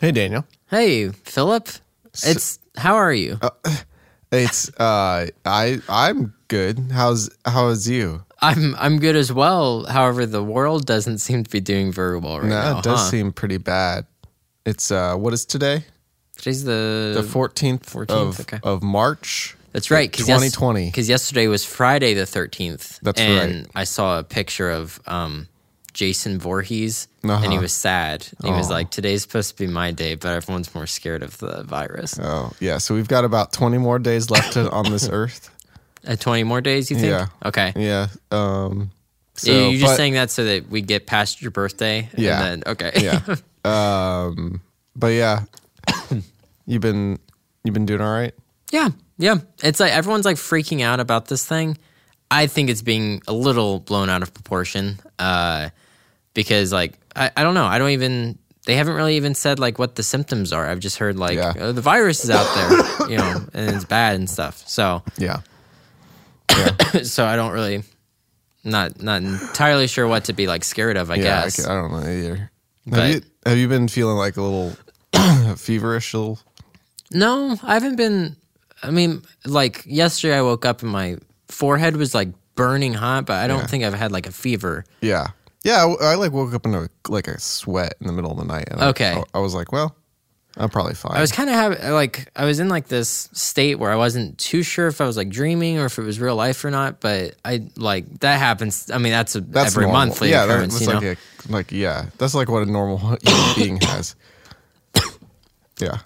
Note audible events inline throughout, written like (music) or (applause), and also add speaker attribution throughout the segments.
Speaker 1: Hey, Daniel.
Speaker 2: Hey, Philip. It's how are you?
Speaker 1: Oh. It's uh, I I'm good. How's how's you?
Speaker 2: I'm I'm good as well. However, the world doesn't seem to be doing very well right
Speaker 1: No,
Speaker 2: now.
Speaker 1: it does
Speaker 2: huh?
Speaker 1: seem pretty bad. It's uh, what is today?
Speaker 2: Today's
Speaker 1: The
Speaker 2: the,
Speaker 1: fourteenth
Speaker 2: 14th,
Speaker 1: of
Speaker 2: okay.
Speaker 1: of March.
Speaker 2: that's right.
Speaker 1: Twenty twenty.
Speaker 2: Because yesterday was Friday the thirteenth.
Speaker 1: That's
Speaker 2: and I saw a picture of um, Jason Voorhees, and he
Speaker 1: Uh-huh. Oh.
Speaker 2: was sad. He was like, "Today's supposed to be my day, but everyone's more scared of the virus."
Speaker 1: Oh yeah. So we've got about twenty more days left to, on
Speaker 2: (laughs)
Speaker 1: this earth.
Speaker 2: Uh, Twenty more days, you think?
Speaker 1: Yeah.
Speaker 2: Okay.
Speaker 1: Yeah. Um. So
Speaker 2: You- You're just
Speaker 1: but-
Speaker 2: saying that so that we get past your birthday. and
Speaker 1: Yeah.
Speaker 2: then- okay. (laughs)
Speaker 1: Yeah. um. But yeah, you've been you've been doing all right.
Speaker 2: Yeah, yeah. It's like everyone's like freaking out about this thing. I think it's being a little blown out of proportion uh, because, like, I, I don't know. I don't even. They haven't really even said like what the symptoms are. I've just heard like
Speaker 1: Yeah.
Speaker 2: oh, the virus is out there, (coughs) you know, and it's bad and stuff. So, (coughs)
Speaker 1: Yeah.
Speaker 2: so I don't really, not not entirely sure what to be like scared of. I
Speaker 1: Yeah.
Speaker 2: guess.
Speaker 1: I, ca- I don't know either.
Speaker 2: But-
Speaker 1: have you have you been feeling like a little (clears throat) feverish? A little.
Speaker 2: No, I haven't been. I mean, like yesterday, I woke up and my forehead was like burning hot, but I don't think I've had like a fever.
Speaker 1: Yeah. Yeah, I, w- I, like woke up in a like a sweat in the middle of the night. And I-
Speaker 2: Okay.
Speaker 1: I, I was like, well, I'm probably fine.
Speaker 2: I was kind of having like I was in like this state where I wasn't too sure if I was like dreaming or if it was real life or not. But I like that happens. I mean, that's, a,
Speaker 1: that's
Speaker 2: every
Speaker 1: normal.
Speaker 2: monthly
Speaker 1: Yeah, that-
Speaker 2: occurrence,
Speaker 1: that's
Speaker 2: you know.
Speaker 1: like a like yeah, that's like what a normal (laughs) human being has. (coughs) Yeah.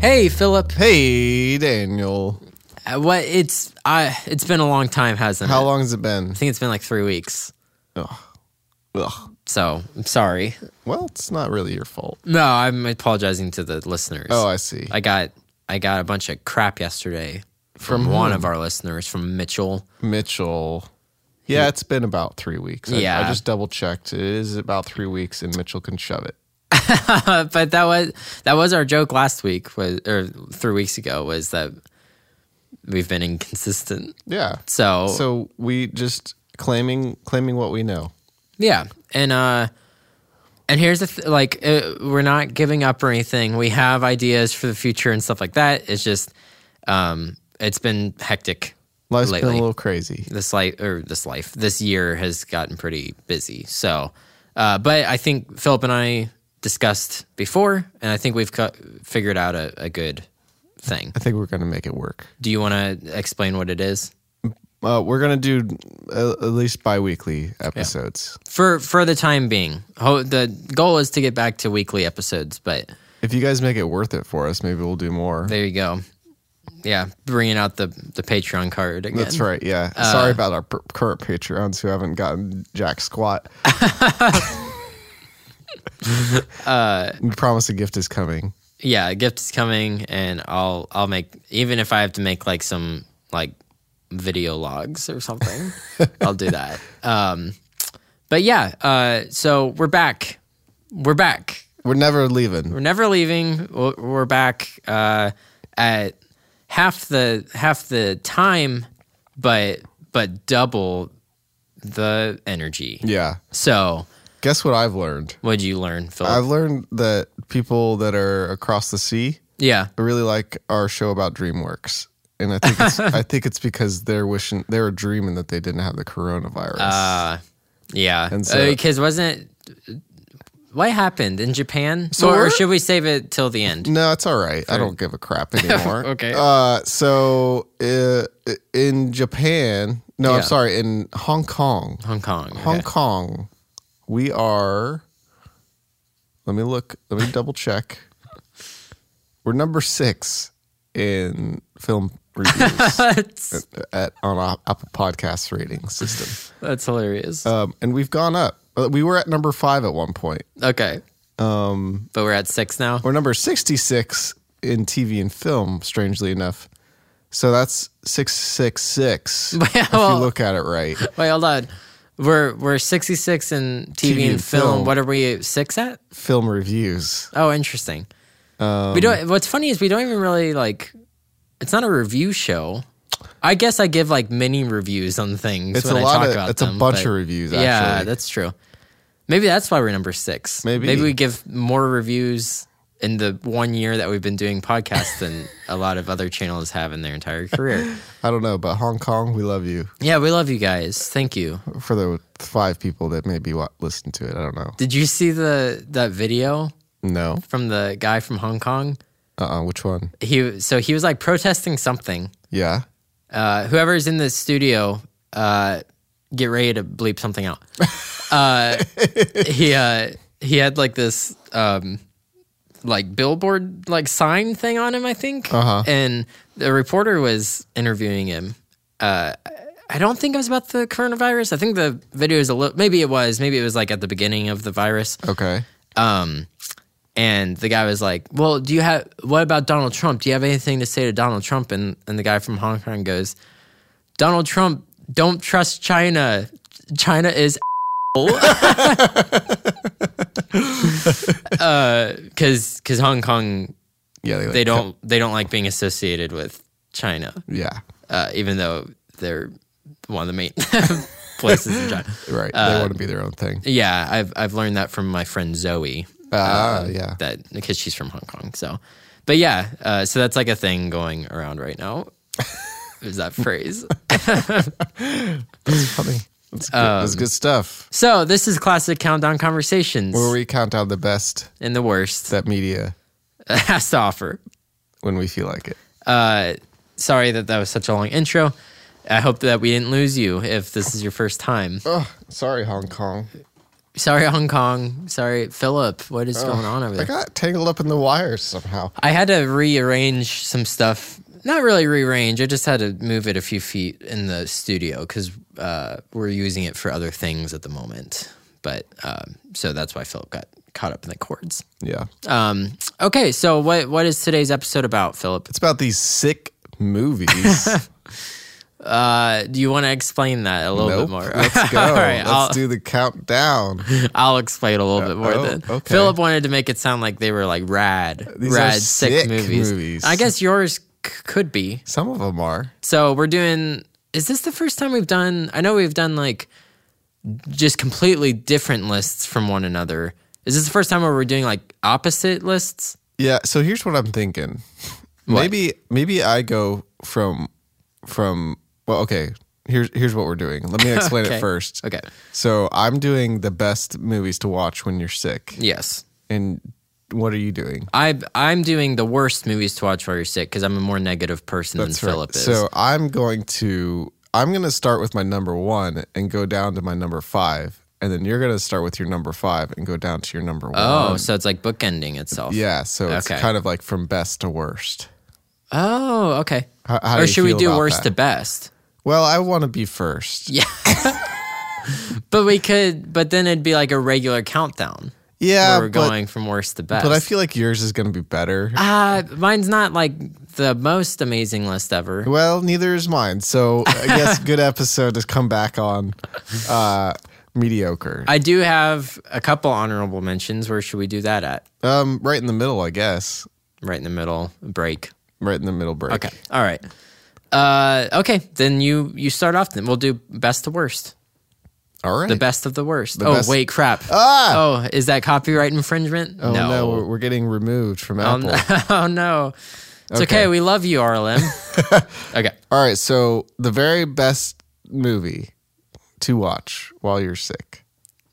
Speaker 2: hey, Philip,
Speaker 1: Hey, Daniel.
Speaker 2: uh, what? It's I. It's been a long time, hasn't
Speaker 1: How
Speaker 2: it?
Speaker 1: long has it been?
Speaker 2: I think it's been like three weeks.
Speaker 1: Ugh.
Speaker 2: So I'm sorry.
Speaker 1: Well, it's not really your fault.
Speaker 2: No, I'm apologizing to the listeners.
Speaker 1: Oh, I see.
Speaker 2: I got I got a bunch of crap yesterday from, one of our listeners from Mitchell.
Speaker 1: Mitchell. Yeah, it's been about three weeks. I- I
Speaker 2: Yeah.
Speaker 1: just double checked. It is about three weeks, and Mitchell can shove it.
Speaker 2: Uh, but that was that was our joke last week was or three weeks ago was that we've been inconsistent.
Speaker 1: Yeah.
Speaker 2: So,
Speaker 1: So we just claiming claiming what we know.
Speaker 2: yeah, and uh, and here's the th- like uh, we're not giving up or anything. We have ideas for the future and stuff like that. It's just um, it's been hectic
Speaker 1: Life's
Speaker 2: lately.
Speaker 1: been a little crazy.
Speaker 2: this life or this life this year has gotten pretty busy so uh, but i think philip and i discussed before and i think we've co- figured out a, a good thing
Speaker 1: I think we're gonna make it work.
Speaker 2: do you want to explain what it is
Speaker 1: Uh, we're gonna do uh, at least biweekly episodes.
Speaker 2: for for the time being ho- the goal is to get back to weekly episodes but
Speaker 1: If you guys make it worth it for us, maybe we'll do more.
Speaker 2: there you go yeah bringing out the the patreon card again
Speaker 1: That's right. Yeah.
Speaker 2: Uh,
Speaker 1: Sorry about our per- current Patreons who haven't gotten jack
Speaker 2: (laughs)
Speaker 1: squat.
Speaker 2: Uh,
Speaker 1: we promise a gift is coming.
Speaker 2: yeah a gift is coming and i'll i'll make even if i have to make like some like video logs or something i'll do that um but yeah uh so we're back we're back
Speaker 1: We're never leaving.
Speaker 2: we're never leaving we're we're back uh at half the half the time but but double the energy
Speaker 1: Yeah.
Speaker 2: so
Speaker 1: Guess what I've learned?
Speaker 2: what'd you learn philip
Speaker 1: I've learned that people that are across the sea
Speaker 2: yeah
Speaker 1: I really like our show about DreamWorks, and I think
Speaker 2: (laughs)
Speaker 1: it's, I think it's because they're wishing they were dreaming that they didn't have the coronavirus.
Speaker 2: Uh, yeah.
Speaker 1: And so-
Speaker 2: Because wasn't what happened in Japan? So or,
Speaker 1: we're-
Speaker 2: should we save it till the end?
Speaker 1: no, it's all right. I don't give a
Speaker 2: (laughs)
Speaker 1: crap anymore.
Speaker 2: Okay.
Speaker 1: Uh, so uh, in Japan, no,
Speaker 2: Yeah.
Speaker 1: I'm sorry, in Hong Kong,
Speaker 2: Hong Kong. okay.
Speaker 1: Hong Kong, we are. Let me look. Let me double check. We're number six in
Speaker 2: (laughs)
Speaker 1: film reviews
Speaker 2: that's,
Speaker 1: at on Op- Apple Podcasts rating system.
Speaker 2: that's hilarious.
Speaker 1: Uh, um, and we've gone up. Uh, We were at number five at one point,
Speaker 2: okay. but we're at six now.
Speaker 1: um, We're number 66 in TV and film, strangely enough. So that's
Speaker 2: (laughs)
Speaker 1: 666 if you
Speaker 2: Well-
Speaker 1: look at it right.
Speaker 2: Wait, hold on. We're we're sixty six in TV, and,
Speaker 1: and
Speaker 2: film.
Speaker 1: film.
Speaker 2: What are we at? six at?
Speaker 1: Film reviews.
Speaker 2: Oh, interesting.
Speaker 1: Um,
Speaker 2: we don't. What's funny is we don't even really like. It's not a review show. I guess I give like mini reviews on things
Speaker 1: It's
Speaker 2: when
Speaker 1: a
Speaker 2: I
Speaker 1: lot
Speaker 2: talk
Speaker 1: of-
Speaker 2: about
Speaker 1: it's a
Speaker 2: them,
Speaker 1: bunch
Speaker 2: but-
Speaker 1: of reviews,
Speaker 2: Yeah,
Speaker 1: actually.
Speaker 2: that's true. Maybe that's why we're number six.
Speaker 1: Maybe.
Speaker 2: maybe we give more reviews in the one year that we've been doing podcasts than a lot of other channels have in their
Speaker 1: (laughs)
Speaker 2: entire career.
Speaker 1: I don't know, but Hong Kong, we love you.
Speaker 2: yeah, we love you guys. Thank you.
Speaker 1: For the five people that maybe wa- listen to it, I don't know.
Speaker 2: Did you see the that video
Speaker 1: No.
Speaker 2: from the guy from Hong Kong?
Speaker 1: Uh-uh, which one?
Speaker 2: He so he was like protesting something.
Speaker 1: Yeah.
Speaker 2: Uh, whoever's in the studio, uh, get ready to bleep something out. Uh, he uh, he had like this um, like billboard like sign thing on him, I think.
Speaker 1: Uh-huh.
Speaker 2: And the reporter was interviewing him. Uh, I don't think it was about the coronavirus. I think the video is a little. Maybe it was. Maybe it was like at the beginning of the virus.
Speaker 1: Okay.
Speaker 2: Um, and the guy was like, "Well, do you have what about Donald Trump? Do you have anything to say to Donald Trump?" And and the guy from Hong Kong goes, "Donald Trump, don't trust China. China is." (laughs) Because because Uh, Hong Kong
Speaker 1: Yeah, like,
Speaker 2: they don't they don't like being associated with China,
Speaker 1: Yeah.
Speaker 2: uh, even though they're one of the main (laughs) places in China.
Speaker 1: Right. they
Speaker 2: Uh,
Speaker 1: want to be their own thing.
Speaker 2: Yeah, I've I've learned that from my friend Zoe.
Speaker 1: Ah,
Speaker 2: uh,
Speaker 1: yeah.
Speaker 2: that because she's from Hong Kong. So, but yeah, uh, so that's like a thing going around right
Speaker 1: (laughs)
Speaker 2: now. Is that phrase?
Speaker 1: Funny. That's good, that's
Speaker 2: um,
Speaker 1: good stuff.
Speaker 2: so this is classic countdown conversations
Speaker 1: Where we count down the best
Speaker 2: and the worst (laughs)
Speaker 1: that media
Speaker 2: has to offer.
Speaker 1: when we feel like it.
Speaker 2: Uh, sorry that that was such a long intro. I hope that we didn't lose you if this is your first time.
Speaker 1: Oh, sorry, Hong Kong.
Speaker 2: Sorry, Hong Kong. Sorry, Philip. What is going on over
Speaker 1: Oh, I
Speaker 2: there?
Speaker 1: got tangled up in the wires somehow.
Speaker 2: I had to rearrange some stuff. Not really rearrange. I just had to move it a few feet in the studio because uh, we're using it for other things at the moment. But um, so that's why Philip got caught up in the cords.
Speaker 1: Yeah.
Speaker 2: Um, okay, so what what is today's episode about, Philip?
Speaker 1: It's about these sick
Speaker 2: (laughs)
Speaker 1: movies.
Speaker 2: Uh, do you want to explain that a little
Speaker 1: nope.
Speaker 2: bit more? (laughs)
Speaker 1: Let's go.
Speaker 2: All right,
Speaker 1: Let's
Speaker 2: I'll,
Speaker 1: do the countdown.
Speaker 2: I'll explain a little bit more
Speaker 1: oh,
Speaker 2: then.
Speaker 1: okay.
Speaker 2: Philip wanted to make it sound like they were like rad,
Speaker 1: These are
Speaker 2: rad, sick,
Speaker 1: sick
Speaker 2: movies.
Speaker 1: movies.
Speaker 2: I guess yours c- could be.
Speaker 1: Some of them are.
Speaker 2: So we're doing. Is this the first time we've done? I know we've done like just completely different lists from one another. Is this the first time where we're doing like opposite lists?
Speaker 1: Yeah. So here's what I'm thinking. Maybe maybe I go from from well okay. Here's here's what we're doing. Let
Speaker 2: (laughs)
Speaker 1: me explain
Speaker 2: Okay.
Speaker 1: it first.
Speaker 2: Okay.
Speaker 1: So I'm doing the best movies to watch when you're sick.
Speaker 2: Yes.
Speaker 1: And what are you doing?
Speaker 2: I I'm doing the worst movies to watch while you're sick because I'm a more negative person
Speaker 1: That's
Speaker 2: than
Speaker 1: right.
Speaker 2: Philip is.
Speaker 1: So I'm going to I'm going to start with my number one and go down to my number five, and then you're going to start with your number five and go down to your number one.
Speaker 2: oh, so it's like bookending itself.
Speaker 1: um, yeah. So it's
Speaker 2: Okay.
Speaker 1: kind of like from best to worst.
Speaker 2: Oh, okay.
Speaker 1: How- how do
Speaker 2: or
Speaker 1: you
Speaker 2: should we
Speaker 1: feel
Speaker 2: do
Speaker 1: about
Speaker 2: worst
Speaker 1: that?
Speaker 2: to best?
Speaker 1: Well, I want to be first. Yeah,
Speaker 2: But we could. But then it'd be like a regular countdown where we're
Speaker 1: Uh, but,
Speaker 2: going from worst to best.
Speaker 1: but I feel like yours is going to be better.
Speaker 2: Uh, mine's not like the most amazing list ever.
Speaker 1: well, neither is mine. So
Speaker 2: (laughs)
Speaker 1: I guess good episode to come back on. Uh, mediocre.
Speaker 2: I do have a couple honorable mentions. Where should we do that at?
Speaker 1: Um, right in the middle, I guess.
Speaker 2: Right in the middle break.
Speaker 1: Right in the middle break.
Speaker 2: Okay. All right. Uh, okay. Then you you start off. Then we'll do best to worst.
Speaker 1: All right.
Speaker 2: The best of the worst. oh
Speaker 1: best-
Speaker 2: wait, crap.
Speaker 1: Ah!
Speaker 2: Oh, is that copyright infringement?
Speaker 1: Oh no, we're, we're getting removed from
Speaker 2: Oh,
Speaker 1: Apple.
Speaker 2: no. (laughs) oh no. It's okay.
Speaker 1: Okay.
Speaker 2: We love you, RLM. okay.
Speaker 1: (laughs) All right, so the very best movie to watch while you're sick.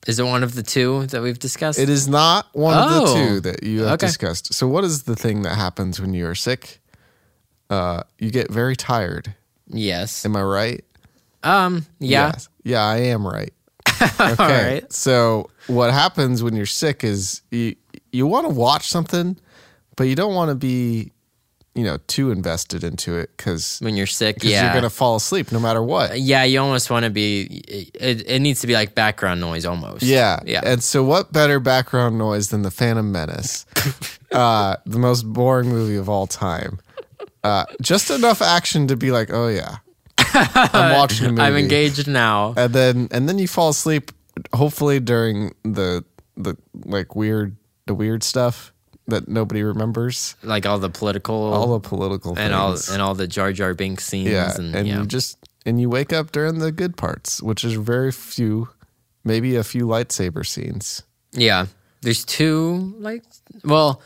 Speaker 2: Is it one of the two that we've discussed?
Speaker 1: It is not one of the
Speaker 2: Oh.
Speaker 1: two that you have
Speaker 2: Okay.
Speaker 1: discussed. So what is the thing that happens when you are sick? Uh, you get very tired.
Speaker 2: yes.
Speaker 1: Am I right?
Speaker 2: Um. Yeah.
Speaker 1: Yes. Yeah, I am
Speaker 2: (laughs)
Speaker 1: right. Okay.
Speaker 2: right.
Speaker 1: So what happens when you're sick is you you want to watch something, but you don't want to be you know too invested into it because
Speaker 2: when you're sick.
Speaker 1: because
Speaker 2: Yeah, Uh,
Speaker 1: you're gonna fall asleep no matter what.
Speaker 2: yeah. You almost want to be. It, it needs to be like background noise almost.
Speaker 1: Yeah,
Speaker 2: yeah.
Speaker 1: And so, what better background noise than the Phantom
Speaker 2: (laughs)
Speaker 1: Menace, uh, the most boring movie of all time? Uh, just enough action to be like, oh yeah,
Speaker 2: (laughs)
Speaker 1: I'm watching a movie.
Speaker 2: I'm engaged now.
Speaker 1: (laughs) and then and then you fall asleep. Hopefully during the the like weird the weird stuff that nobody remembers,
Speaker 2: Like all the political
Speaker 1: all the political
Speaker 2: and all
Speaker 1: things.
Speaker 2: and all the Jar Jar Binks scenes.
Speaker 1: yeah,
Speaker 2: and,
Speaker 1: and,
Speaker 2: yeah.
Speaker 1: you just and you wake up during the good parts, which is very few, maybe a few lightsaber scenes.
Speaker 2: Yeah. There's two like well,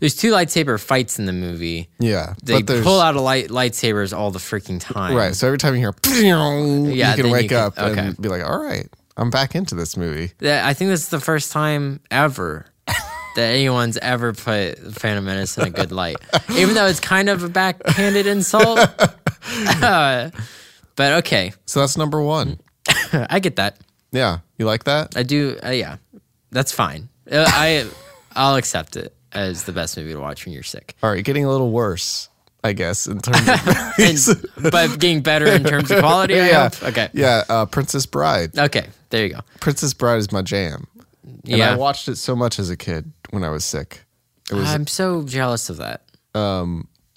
Speaker 2: there's two lightsaber fights in the movie.
Speaker 1: Yeah,
Speaker 2: They
Speaker 1: but there's
Speaker 2: pull out a light lightsabers all the freaking time.
Speaker 1: right. So every time you hear, (laughs)
Speaker 2: Yeah,
Speaker 1: you
Speaker 2: then
Speaker 1: can
Speaker 2: you
Speaker 1: wake
Speaker 2: can-
Speaker 1: up
Speaker 2: okay.
Speaker 1: and be like, all right, I'm back into this movie.
Speaker 2: That- I think this is the first time
Speaker 1: (laughs)
Speaker 2: ever that anyone's ever put Phantom Menace in a good light. Even though it's kind of a
Speaker 1: (laughs)
Speaker 2: backhanded insult. Uh, but okay.
Speaker 1: So that's number one.
Speaker 2: I get that.
Speaker 1: Mm. Yeah, you like that?
Speaker 2: I do uh, yeah. That's fine. Uh, I I'll accept it as the best movie to watch when you're sick.
Speaker 1: (laughs) All right, getting a little worse, I guess, in terms (laughs) of
Speaker 2: and, but getting better in terms of quality. I
Speaker 1: (laughs) yeah,
Speaker 2: hope. Okay.
Speaker 1: yeah. Uh, Princess Bride.
Speaker 2: Okay. There you go.
Speaker 1: Princess Bride is my jam, and
Speaker 2: yeah.
Speaker 1: I watched it so much as a kid when I was sick. It was
Speaker 2: I'm so jealous of that.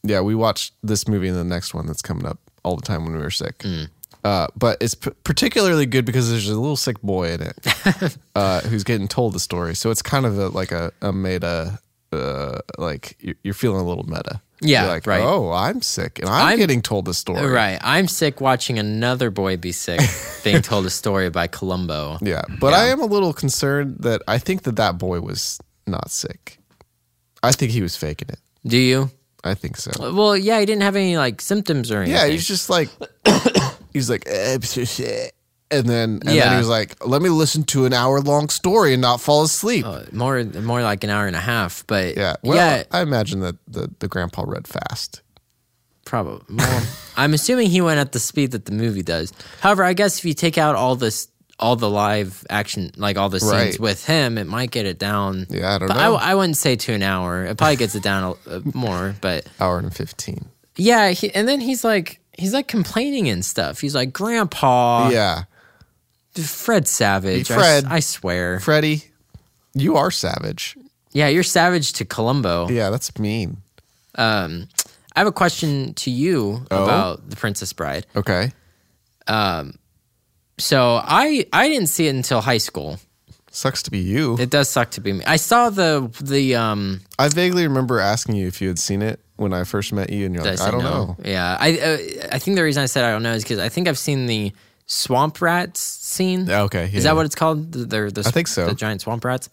Speaker 1: yeah, we watched this movie and the next one that's coming up all the time when we were sick.
Speaker 2: Mm.
Speaker 1: Uh, but it's p- particularly good because there's a little sick boy in
Speaker 2: (laughs)
Speaker 1: it uh, who's getting told the story. So it's kind of a, like a, a meta, uh, like you're, you're feeling a little meta.
Speaker 2: Yeah,
Speaker 1: You're like,
Speaker 2: right.
Speaker 1: Oh, I'm sick and I'm,
Speaker 2: I'm-
Speaker 1: getting told the story.
Speaker 2: Right. I'm sick watching another boy
Speaker 1: (laughs)
Speaker 2: be sick being told a story by Columbo.
Speaker 1: Yeah, but I am a little concerned that I think that that boy was not sick. I think he was faking it.
Speaker 2: Do you?
Speaker 1: I think so.
Speaker 2: Well, yeah, he didn't have any like symptoms or anything.
Speaker 1: Yeah, he's just like (coughs) he's like "Eh, I'm so sick." and then and then
Speaker 2: Yeah.
Speaker 1: he was like, "Let me listen to an hour long story and not fall asleep."
Speaker 2: Uh, more more like an hour and a half, but
Speaker 1: yeah, well, uh, I imagine that the the grandpa read fast. (laughs)
Speaker 2: probably. Well, I'm assuming he went at the speed that the movie does. However, I guess if you take out all this, all the live action, like all the scenes
Speaker 1: Right.
Speaker 2: with him, it might get it down.
Speaker 1: Yeah, I don't
Speaker 2: But I,
Speaker 1: know.
Speaker 2: I wouldn't say to an hour. It probably gets it down a, a more, but
Speaker 1: hour and fifteen.
Speaker 2: yeah. He, and then he's like, he's like complaining and stuff. He's like, Grandpa,
Speaker 1: yeah,
Speaker 2: Fred Savage. I s-
Speaker 1: Fred.
Speaker 2: I, swear.
Speaker 1: Freddie, you are savage.
Speaker 2: Yeah, you're Savage to Columbo.
Speaker 1: Yeah, that's mean.
Speaker 2: Um, I have a question to you
Speaker 1: Oh?
Speaker 2: about The Princess Bride.
Speaker 1: Okay,
Speaker 2: So I I didn't see it until high school.
Speaker 1: sucks to be you.
Speaker 2: It does suck to be me. I saw the the um
Speaker 1: I vaguely remember asking you if you had seen it when I first met you, and you're
Speaker 2: did
Speaker 1: like,
Speaker 2: say
Speaker 1: "I don't
Speaker 2: no?
Speaker 1: know."
Speaker 2: Yeah, I uh, I think the reason I said I don't know is because I think I've seen the swamp rats scene.
Speaker 1: Yeah, okay, yeah,
Speaker 2: is that
Speaker 1: yeah.
Speaker 2: what it's called? The, the, the, I
Speaker 1: think so.
Speaker 2: The giant swamp rats.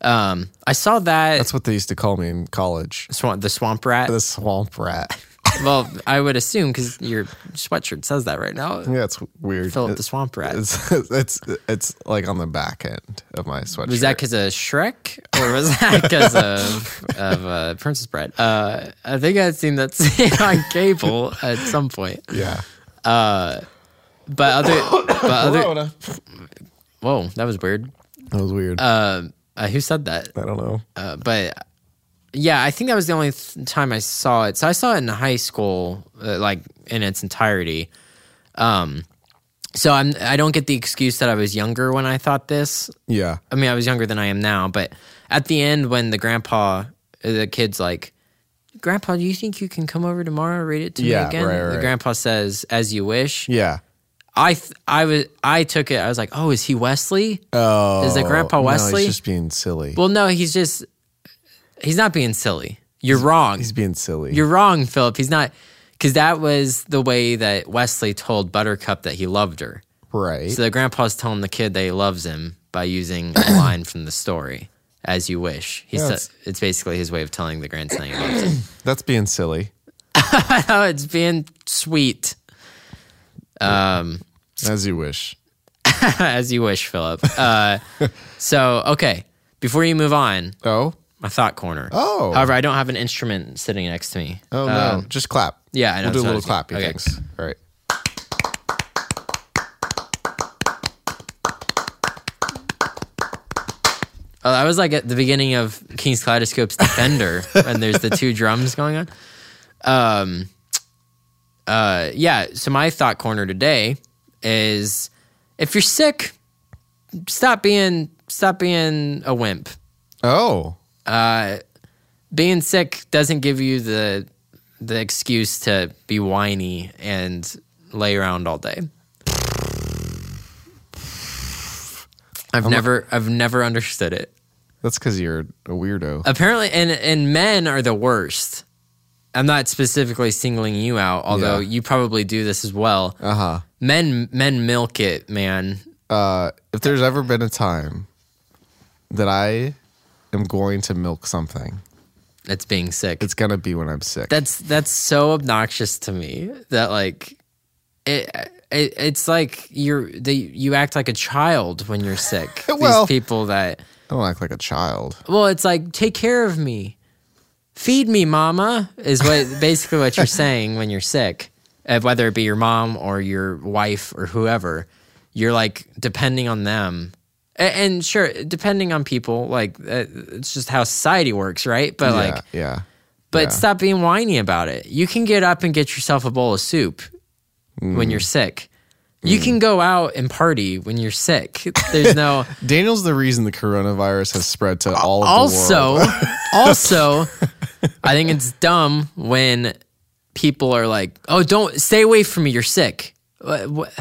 Speaker 2: Um, I saw that
Speaker 1: That's what they used to call me in college.
Speaker 2: swamp the
Speaker 1: (laughs)
Speaker 2: swamp rat.
Speaker 1: The swamp rat. (laughs)
Speaker 2: well, I would assume because your sweatshirt says that right now.
Speaker 1: Yeah, it's weird.
Speaker 2: Philip the swamp rat.
Speaker 1: It's (laughs) it's it's like on the back end of my sweatshirt.
Speaker 2: Was that because of Shrek, or was that because of, of uh, Princess Bride? Uh, I think I'd seen that (laughs) scene on cable at some point.
Speaker 1: yeah.
Speaker 2: But other, (coughs) but Uh, other.
Speaker 1: that
Speaker 2: Whoa, that was weird.
Speaker 1: was weird.
Speaker 2: Um, uh, who said that?
Speaker 1: I don't know.
Speaker 2: Uh, but yeah, I think that was the only th- time I saw it. So I saw it in high school, uh, like in its entirety. Um, so I'm I don't get the excuse that I was younger when I thought this.
Speaker 1: Yeah.
Speaker 2: I mean, I was younger than I am now, but at the end, when the grandpa, uh, the kid's like, Grandpa, do you think you can come over tomorrow and read it to me
Speaker 1: Yeah,
Speaker 2: again?
Speaker 1: right, right,
Speaker 2: The
Speaker 1: right.
Speaker 2: grandpa says, "As you wish."
Speaker 1: Yeah.
Speaker 2: I, th- I was, I took it. I was like, "Oh, is he Wesley?"
Speaker 1: Oh.
Speaker 2: Is it Grandpa
Speaker 1: No,
Speaker 2: Wesley?
Speaker 1: he's just being silly.
Speaker 2: well, no, he's just, he's not being silly. You're wrong.
Speaker 1: he's being silly.
Speaker 2: You're wrong, Philip. He's not, because that was the way that Wesley told Buttercup that he loved her.
Speaker 1: right.
Speaker 2: So the grandpa's telling the kid that he loves him by using
Speaker 1: (coughs)
Speaker 2: a line from the story, "As you wish." He's
Speaker 1: Yeah,
Speaker 2: t-
Speaker 1: it's-
Speaker 2: it's basically his way of telling the grandson he loves him. (laughs)
Speaker 1: That's being silly.
Speaker 2: oh, it's being sweet, (laughs)
Speaker 1: As you wish.
Speaker 2: as you wish, Philip.
Speaker 1: (laughs)
Speaker 2: Uh, so okay, before you move on,
Speaker 1: Oh.
Speaker 2: my thought corner.
Speaker 1: Oh.
Speaker 2: however, I don't have an instrument sitting next to me.
Speaker 1: Oh no. Just clap.
Speaker 2: Um, yeah, I know,
Speaker 1: We'll do a
Speaker 2: that's
Speaker 1: little
Speaker 2: what I was
Speaker 1: clappy.
Speaker 2: doing. Okay.
Speaker 1: Thanks. All right.
Speaker 2: Oh, that was like at the beginning of King's Kaleidoscope's Defender, when there's the two drums going on. Um, uh, yeah. So my thought corner today is, if you're sick, stop being stop being a wimp. Uh,
Speaker 1: Oh,
Speaker 2: Being sick doesn't give you the the excuse to be whiny and lay around all day. I've never I've never understood it.
Speaker 1: that's because you're a weirdo.
Speaker 2: apparently and and men are the worst i'm not specifically singling you out although
Speaker 1: Yeah.
Speaker 2: you probably do this as well
Speaker 1: Uh huh.
Speaker 2: men men milk it man
Speaker 1: Uh, if there's ever been a time that I am going to milk something,
Speaker 2: that's being sick
Speaker 1: it's gonna be when I'm sick.
Speaker 2: that's that's so obnoxious to me that like it, it it's like you're they you act like a child when you're sick
Speaker 1: (laughs) Well-
Speaker 2: these people that
Speaker 1: I don't act like a child.
Speaker 2: well it's like take care of me feed me mama is what (laughs) basically what you're saying when you're sick Uh, whether it be your mom or your wife or whoever you're like depending on them A- and sure depending on people like uh, it's just how society works right but like
Speaker 1: yeah, yeah.
Speaker 2: but
Speaker 1: yeah.
Speaker 2: stop being whiny about it you can get up and get yourself a bowl of soup
Speaker 1: Mm.
Speaker 2: when you're sick you can go out and party when you're sick there's
Speaker 1: (laughs)
Speaker 2: no
Speaker 1: Daniel's the reason the coronavirus has spread to all of the world.
Speaker 2: also (laughs) also i think it's dumb when people are like oh don't stay away from me you're sick Wha- wha-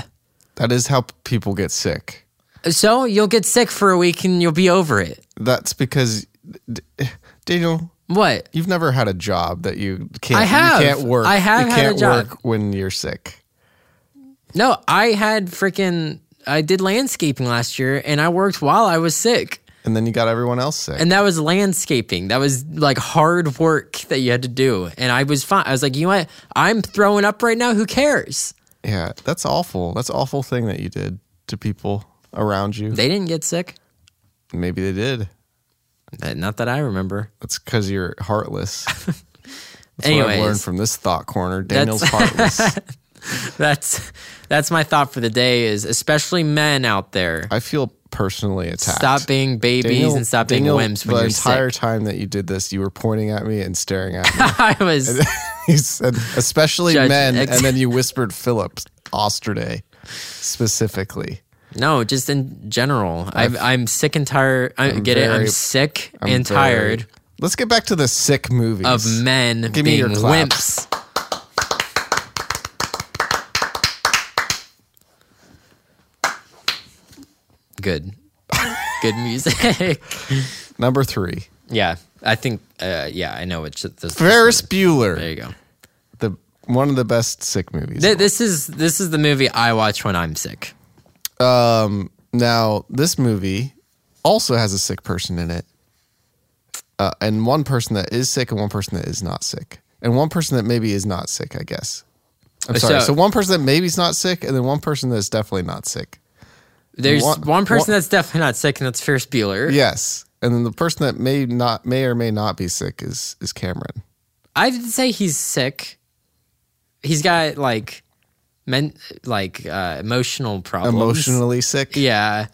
Speaker 1: That is how p- people get sick.
Speaker 2: so you'll get sick for a week and you'll be over it
Speaker 1: That's because D- Daniel,
Speaker 2: what
Speaker 1: you've never had a job that you can't.
Speaker 2: I have.
Speaker 1: You can't work.
Speaker 2: I have
Speaker 1: You
Speaker 2: had a
Speaker 1: can't
Speaker 2: job.
Speaker 1: work when you're sick.
Speaker 2: no i had freaking i did landscaping last year and i worked while i was sick
Speaker 1: And then you got everyone else sick.
Speaker 2: and that was landscaping that was like hard work that you had to do and i was fine i was like you know what i'm throwing up right now who cares
Speaker 1: yeah, that's awful. That's an awful thing that you did to people around you.
Speaker 2: they didn't get sick
Speaker 1: Maybe they did.
Speaker 2: Uh, not that i remember
Speaker 1: That's because you're
Speaker 2: (laughs)
Speaker 1: heartless. That's what
Speaker 2: Anyways.
Speaker 1: I've learned from this thought corner. Daniel's
Speaker 2: (laughs)
Speaker 1: heartless.
Speaker 2: that's that's my thought for the day is especially men out there
Speaker 1: I feel personally attacked.
Speaker 2: stop being babies
Speaker 1: Daniel-
Speaker 2: and stop being
Speaker 1: Daniel,
Speaker 2: wimps when
Speaker 1: the
Speaker 2: you're
Speaker 1: entire
Speaker 2: sick
Speaker 1: time that you did this, you were pointing at me and staring at me.
Speaker 2: (laughs)
Speaker 1: (laughs)
Speaker 2: i was
Speaker 1: you said, especially
Speaker 2: Judge-
Speaker 1: men,
Speaker 2: ex-
Speaker 1: and then you whispered Philip Osterday specifically.
Speaker 2: no just in general i i'm sick and tired i get it i'm
Speaker 1: very-
Speaker 2: sick
Speaker 1: I'm
Speaker 2: and
Speaker 1: very-
Speaker 2: tired
Speaker 1: Let's get back to the sick movies.
Speaker 2: of men
Speaker 1: Give me
Speaker 2: being
Speaker 1: your clap.
Speaker 2: wimps good good music (laughs)
Speaker 1: Number three,
Speaker 2: yeah i think uh, yeah i know it's this, this
Speaker 1: Ferris
Speaker 2: one. there
Speaker 1: Bueller,
Speaker 2: you go
Speaker 1: the one of the best sick movies.
Speaker 2: Th- this is this is the movie I watch when I'm sick.
Speaker 1: Now, this movie also has a sick person in it, uh, and one person that is sick, and one person that is not sick, and one person that maybe is not sick. I guess. I'm sorry.
Speaker 2: So-
Speaker 1: So, one person that maybe is not sick, and then one person that's definitely not sick.
Speaker 2: There's
Speaker 1: Wha-
Speaker 2: one, person
Speaker 1: wha-
Speaker 2: that's definitely not sick, and that's Ferris Bueller.
Speaker 1: Yes, and then the person that may not may or may not be sick is is Cameron.
Speaker 2: I didn't say he's sick. He's got like, men like uh, emotional problems.
Speaker 1: Emotionally sick.
Speaker 2: Yeah.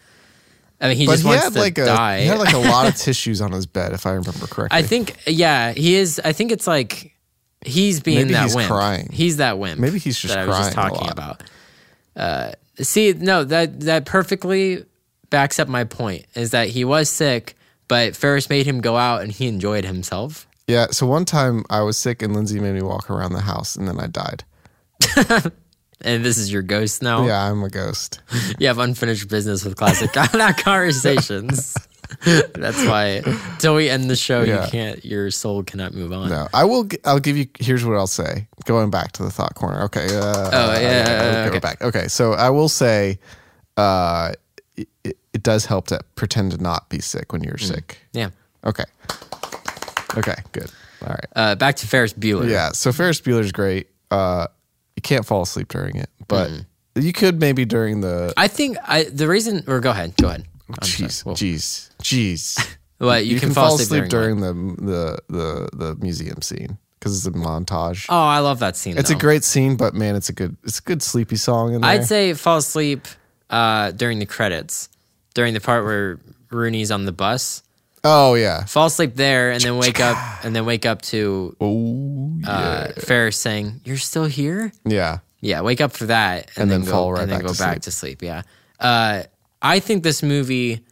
Speaker 2: I mean, he
Speaker 1: But
Speaker 2: just
Speaker 1: he
Speaker 2: wants
Speaker 1: had
Speaker 2: to
Speaker 1: like a
Speaker 2: die.
Speaker 1: he had like a lot
Speaker 2: (laughs)
Speaker 1: of tissues on his bed, if I remember correctly.
Speaker 2: I think yeah, he is. I think it's like he's being
Speaker 1: Maybe
Speaker 2: that
Speaker 1: he's
Speaker 2: wimp.
Speaker 1: crying.
Speaker 2: He's that wimp.
Speaker 1: Maybe he's just
Speaker 2: that I was just
Speaker 1: crying a
Speaker 2: talking
Speaker 1: lot.
Speaker 2: about. Uh, see, no, that that perfectly backs up my point. Is that he was sick, but Ferris made him go out and he enjoyed himself.
Speaker 1: yeah. So one time I was sick, and Lindsay made me walk around the house, and then I died.
Speaker 2: And this is your ghost now.
Speaker 1: Yeah, I'm a ghost.
Speaker 2: You have unfinished business with
Speaker 1: (laughs)
Speaker 2: classic conversations. That's why till we end the show,
Speaker 1: Yeah.
Speaker 2: you can't. Your soul cannot move on.
Speaker 1: No, I will. g- I'll give you. Here's what I'll say. Going back to the thought corner. Okay. Uh,
Speaker 2: Oh, yeah,
Speaker 1: Go
Speaker 2: okay.
Speaker 1: back. Okay. So I will say, uh, it, it- it does help to pretend to not be sick when you're
Speaker 2: Mm.
Speaker 1: sick.
Speaker 2: Yeah.
Speaker 1: Okay. Okay. Good. All right.
Speaker 2: Uh, back to Ferris Bueller.
Speaker 1: Yeah. So Ferris Bueller's great. Uh, you can't fall asleep during it, but you could maybe during the.
Speaker 2: Mm. I think I the reason or go ahead, go ahead. I'm sorry.
Speaker 1: Jeez.
Speaker 2: Well,
Speaker 1: Jeez.
Speaker 2: (laughs)
Speaker 1: Jeez.
Speaker 2: What, you, can, fall asleep, during.
Speaker 1: during, the, the the the museum scene because it's a montage.
Speaker 2: Oh, I love that scene.
Speaker 1: It's a great scene, but man, it's a good it's a good sleepy song in there.
Speaker 2: I'd say fall asleep uh, during the credits, during the part where Rooney's on the bus.
Speaker 1: oh yeah.
Speaker 2: Fall asleep there, and then wake up, and then wake up to
Speaker 1: Oh
Speaker 2: uh, Ferris saying, "You're still here."
Speaker 1: Yeah.
Speaker 2: Yeah, wake up for that, and,
Speaker 1: And
Speaker 2: then,
Speaker 1: then
Speaker 2: go,
Speaker 1: fall right
Speaker 2: and then
Speaker 1: back
Speaker 2: go
Speaker 1: to
Speaker 2: back
Speaker 1: sleep.
Speaker 2: to sleep. Yeah, uh, I think this movie.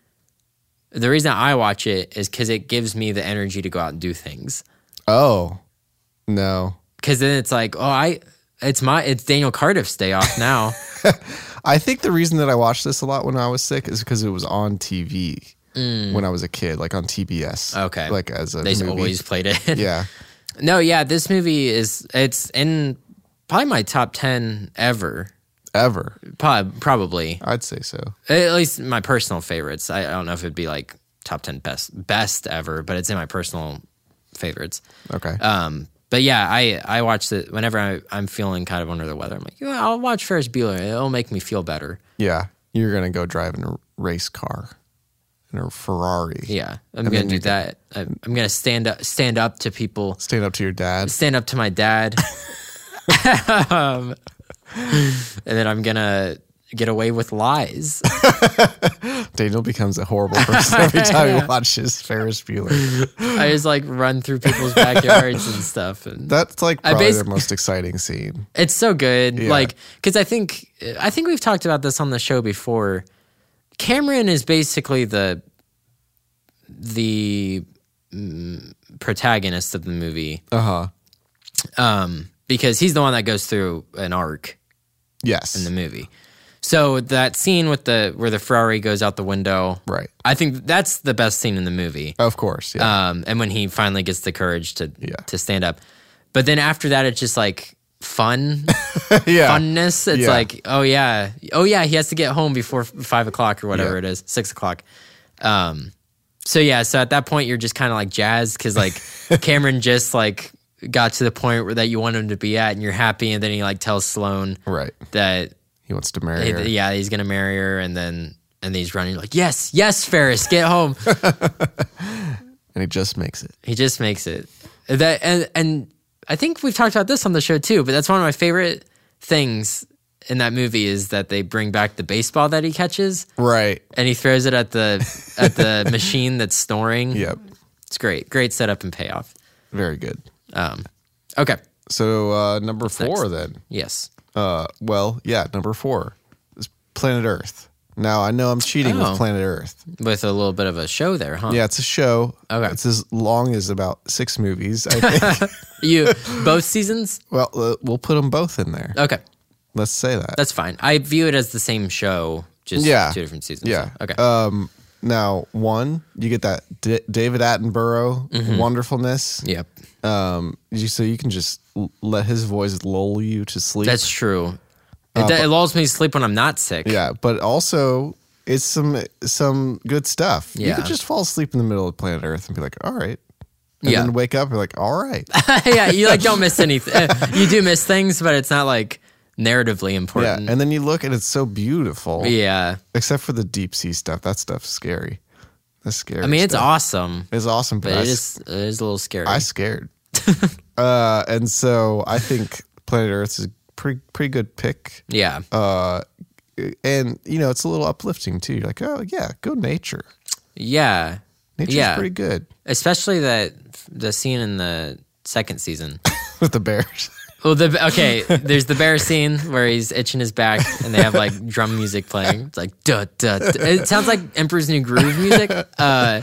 Speaker 2: The reason I watch it is because it gives me the energy to go out and do things.
Speaker 1: Oh. No.
Speaker 2: Because then it's like, oh, I, it's my, it's Daniel Cardiff's day
Speaker 1: (laughs)
Speaker 2: off now.
Speaker 1: I think the reason that I watched this a lot when I was sick is because it was on TV when I was a kid, like on TBS.
Speaker 2: Mm. Okay.
Speaker 1: Like as a
Speaker 2: They've
Speaker 1: movie.
Speaker 2: always played it.
Speaker 1: yeah.
Speaker 2: (laughs) No, yeah, this movie is it's in probably my top ten ever.
Speaker 1: Ever.
Speaker 2: Prob- Probably
Speaker 1: I'd say so.
Speaker 2: at least my personal favorites. I, I don't know if it'd be like top ten best best ever, but it's in my personal favorites.
Speaker 1: Okay.
Speaker 2: Um, but yeah, I I watch it whenever I, I'm feeling kind of under the weather. I'm like, yeah, I'll watch Ferris Bueller. It'll make me feel better.
Speaker 1: yeah. You're gonna go drive in a race car. In a Ferrari.
Speaker 2: Yeah, I'm
Speaker 1: then
Speaker 2: gonna do
Speaker 1: you
Speaker 2: that. I, I'm gonna stand up stand up to people.
Speaker 1: Stand up to your
Speaker 2: (laughs)
Speaker 1: dad.
Speaker 2: stand up to my dad. um, and then I'm going to get away with lies.
Speaker 1: Daniel becomes a
Speaker 2: (laughs)
Speaker 1: horrible person every time he watches Ferris Bueller.
Speaker 2: I just like run through people's backyards and stuff. And
Speaker 1: That's like probably
Speaker 2: basi-
Speaker 1: their most exciting scene.
Speaker 2: it's so good.
Speaker 1: Yeah.
Speaker 2: Like, cause I think, I think we've talked about this on the show before. Cameron is basically the, the mm, protagonist of the movie.
Speaker 1: Uh huh.
Speaker 2: Um, because he's the one that goes through an arc
Speaker 1: Yes.
Speaker 2: in the movie. So that scene with the where the Ferrari goes out the window,
Speaker 1: right.
Speaker 2: I think that's the best scene in the movie.
Speaker 1: Of course. Yeah.
Speaker 2: Um, and when he finally gets the courage to
Speaker 1: Uh, Yeah.
Speaker 2: to stand up, but then after that, it's just like Uh, fun
Speaker 1: (laughs) yeah.
Speaker 2: funness. It's
Speaker 1: Yeah.
Speaker 2: like oh yeah, oh yeah, he has to get home before f- five o'clock or whatever
Speaker 1: Yeah.
Speaker 2: it is, six o'clock. Um, so yeah, so at that point, you're just kind of like jazzed because
Speaker 1: (laughs)
Speaker 2: like Cameron just like got to the point where that you want him to be at, and you're happy, and then he like tells Sloane
Speaker 1: Right.
Speaker 2: that
Speaker 1: He wants to marry
Speaker 2: Hey,
Speaker 1: her.
Speaker 2: th- yeah, he's gonna marry her, and then and he's running like, yes, yes, Ferris, get home.
Speaker 1: And he just makes it.
Speaker 2: he just makes it. That and and I think we've talked about this on the show too, but that's one of my favorite things in that movie is that they bring back the baseball that he catches
Speaker 1: Right.
Speaker 2: and he throws it
Speaker 1: (laughs)
Speaker 2: at the at the machine that's snoring.
Speaker 1: Yep.
Speaker 2: It's great, great setup and payoff.
Speaker 1: Very good.
Speaker 2: Um, okay,
Speaker 1: So uh, number four then.
Speaker 2: yes,
Speaker 1: Uh, well, yeah, number four is Planet Earth. Now I know I'm cheating
Speaker 2: Oh.
Speaker 1: with Planet Earth.
Speaker 2: with a little bit of a show there, huh?
Speaker 1: Yeah, it's a show.
Speaker 2: Okay.
Speaker 1: It's as long as about six movies.
Speaker 2: (laughs)
Speaker 1: I think. (laughs)
Speaker 2: you both seasons.
Speaker 1: well, uh, we'll put them both in there.
Speaker 2: Okay,
Speaker 1: Let's say that.
Speaker 2: that's fine. I view it as the same show, just
Speaker 1: Yeah.
Speaker 2: two different seasons.
Speaker 1: yeah.
Speaker 2: Okay.
Speaker 1: Um. Now, one, you get that D- David Attenborough
Speaker 2: Mm-hmm.
Speaker 1: wonderfulness.
Speaker 2: Yep.
Speaker 1: Um. You, so you can just l- let his voice lull you to sleep.
Speaker 2: That's true. It, it lulls me to sleep when I'm not sick.
Speaker 1: uh, Yeah, but also it's some some good stuff. You
Speaker 2: Yeah.
Speaker 1: could just fall asleep in the middle of planet Earth and be like, all right. And
Speaker 2: Yeah.
Speaker 1: then wake up and be like, all
Speaker 2: (laughs)
Speaker 1: right.
Speaker 2: yeah, you like don't miss anything. you do miss things, but it's not like narratively
Speaker 1: yeah.
Speaker 2: important.
Speaker 1: And then you look and it's so beautiful.
Speaker 2: Yeah.
Speaker 1: Except for the deep sea stuff. That stuff's scary. That's scary.
Speaker 2: I mean, it's awesome,
Speaker 1: it's awesome, but,
Speaker 2: but
Speaker 1: I,
Speaker 2: it
Speaker 1: s-
Speaker 2: is, it is a little scary.
Speaker 1: I scared.
Speaker 2: (laughs)
Speaker 1: uh, and so I think Planet Earth is a pretty pretty good pick.
Speaker 2: yeah.
Speaker 1: Uh, and you know, it's a little uplifting too. You're like, oh yeah, go nature.
Speaker 2: yeah.
Speaker 1: Nature's
Speaker 2: yeah.
Speaker 1: pretty good
Speaker 2: Especially that the scene in the second season.
Speaker 1: with the bears. (laughs)
Speaker 2: Well, the okay, there's the bear scene where he's itching his back, and they have like drum music playing. It's like duh duh. duh. It sounds like Emperor's New Groove music. Uh,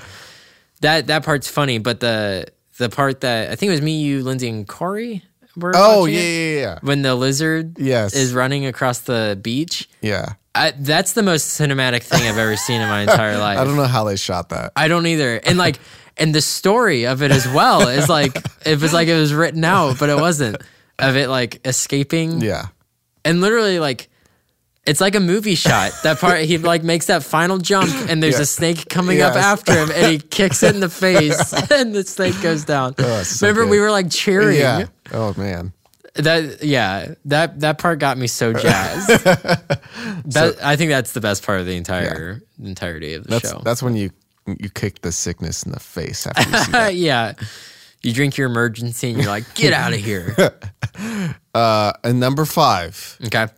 Speaker 2: that that part's funny, but the the part that I think it was me, you, Lindsay, and Corey were.
Speaker 1: oh
Speaker 2: watching
Speaker 1: yeah,
Speaker 2: it,
Speaker 1: yeah, yeah.
Speaker 2: When the lizard
Speaker 1: Yes.
Speaker 2: is running across the beach,
Speaker 1: Yeah.
Speaker 2: I, that's the most cinematic thing I've ever seen in my entire life.
Speaker 1: I don't know how they shot that.
Speaker 2: I don't either.
Speaker 1: (laughs)
Speaker 2: And like, and the story of it as well is like, it was like it was written out, but it wasn't. Of it like escaping,
Speaker 1: Yeah.
Speaker 2: and literally like, it's like a movie shot. That part he like makes that final jump, and there's
Speaker 1: Yeah.
Speaker 2: a snake coming up
Speaker 1: Yes.
Speaker 2: after him, and
Speaker 1: (laughs)
Speaker 2: he kicks it in the face, (laughs) and the snake goes down.
Speaker 1: it's Oh, so
Speaker 2: Remember,
Speaker 1: good.
Speaker 2: we were like cheering.
Speaker 1: Yeah. Oh man.
Speaker 2: That yeah, that that part got me
Speaker 1: (laughs)
Speaker 2: so jazzed. that I think that's the best part of the entire entirety of the
Speaker 1: That's
Speaker 2: show.
Speaker 1: that's when you you kick the sickness in the face after you see that.
Speaker 2: (laughs) yeah. You drink your
Speaker 1: (laughs)
Speaker 2: emergency and you're like, get out of here.
Speaker 1: Uh, and number five,
Speaker 2: Okay.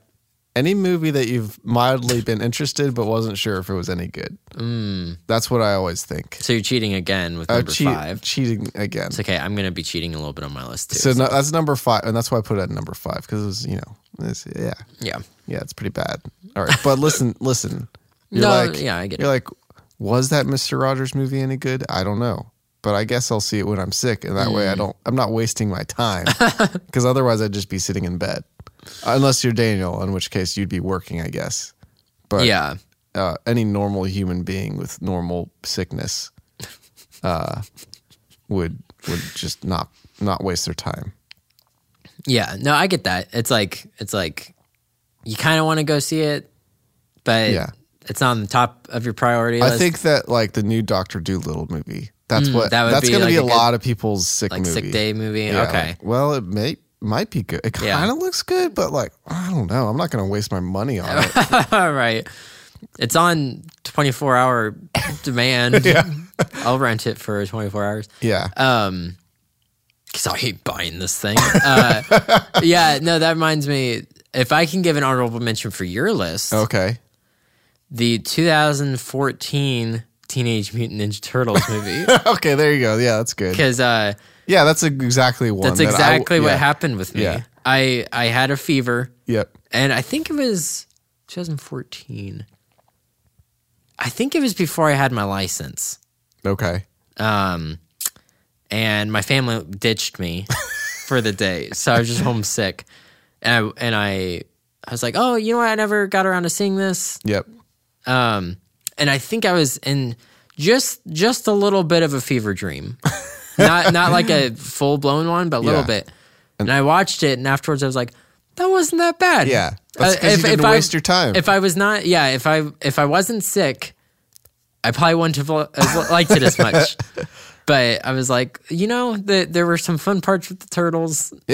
Speaker 1: any movie that you've mildly been interested but wasn't sure if it was any good. That's what I always think.
Speaker 2: So you're cheating again with
Speaker 1: Uh,
Speaker 2: Mm. number
Speaker 1: cheat-
Speaker 2: five.
Speaker 1: cheating again.
Speaker 2: It's okay. I'm gonna be cheating a little bit on my list too.
Speaker 1: So no, that's number five, and that's why I put it at number five because it was, you know, it's, yeah,
Speaker 2: yeah.
Speaker 1: yeah, it's pretty bad. All right, but listen, listen, you're
Speaker 2: No,
Speaker 1: like,
Speaker 2: yeah, I get
Speaker 1: you're like, was that Mister Rogers movie any good? I don't know, but I guess I'll see it when I'm sick, and that way
Speaker 2: Mm.
Speaker 1: I don't, I'm not wasting my
Speaker 2: (laughs)
Speaker 1: time because otherwise I'd just be sitting in bed, unless you're Daniel, in which case you'd be working, I guess. But
Speaker 2: Yeah.
Speaker 1: uh, any normal human being with normal
Speaker 2: (laughs)
Speaker 1: sickness uh, would would just not not waste their time.
Speaker 2: Yeah. No, I get that. It's like it's like you kinda wanna go see it, but
Speaker 1: Yeah.
Speaker 2: it's not on the top of your priority list.
Speaker 1: I think that like the new Doctor Doolittle movie. That's what
Speaker 2: Mm, that would
Speaker 1: that's
Speaker 2: be,
Speaker 1: going to
Speaker 2: like,
Speaker 1: be
Speaker 2: a
Speaker 1: a,
Speaker 2: good-
Speaker 1: lot of people's sick
Speaker 2: like
Speaker 1: movie.
Speaker 2: sick day movie.
Speaker 1: Yeah,
Speaker 2: okay. (laughs)
Speaker 1: like, well, it may might be good. It kind
Speaker 2: Yeah.
Speaker 1: of looks good, but like I don't know. I'm not going to waste my money on
Speaker 2: (laughs)
Speaker 1: it.
Speaker 2: All right. It's on 24 hour
Speaker 1: (laughs)
Speaker 2: demand. I'll rent it for 24 hours.
Speaker 1: Yeah.
Speaker 2: Um, because I hate buying this thing.
Speaker 1: (laughs)
Speaker 2: Uh, yeah, no, that reminds me. If I can give an honorable mention for your list,
Speaker 1: okay. (laughs)
Speaker 2: the 2014 Teenage Mutant Ninja
Speaker 1: (laughs)
Speaker 2: Turtles movie,
Speaker 1: okay. There you go. Yeah, that's good.
Speaker 2: because uh,
Speaker 1: Yeah, that's exactly one.
Speaker 2: that's
Speaker 1: that I w-
Speaker 2: exactly what
Speaker 1: yeah,
Speaker 2: happened with me.
Speaker 1: Yeah.
Speaker 2: I I had a fever.
Speaker 1: Yep.
Speaker 2: and I think it was 2014. I think it was before I had my license.
Speaker 1: Okay.
Speaker 2: Um, and my family
Speaker 1: (laughs)
Speaker 2: ditched me for the day, so I was just homesick. And I, and I, I was like, oh, you know what? I never got around to seeing this.
Speaker 1: Yep.
Speaker 2: Um, and I think I was in just just a little bit of a
Speaker 1: (laughs)
Speaker 2: fever dream, not not like a full blown one, but a little
Speaker 1: Yeah.
Speaker 2: bit. And I watched it, and afterwards I was like, that wasn't that bad.
Speaker 1: Yeah. That's
Speaker 2: Uh,
Speaker 1: 'cause you didn't waste your time.
Speaker 2: If I was not, yeah, if I if I wasn't sick, I probably wouldn't have li- have liked it as
Speaker 1: (laughs)
Speaker 2: much. But I was like, you know, the, there were some fun parts with the turtles, (laughs)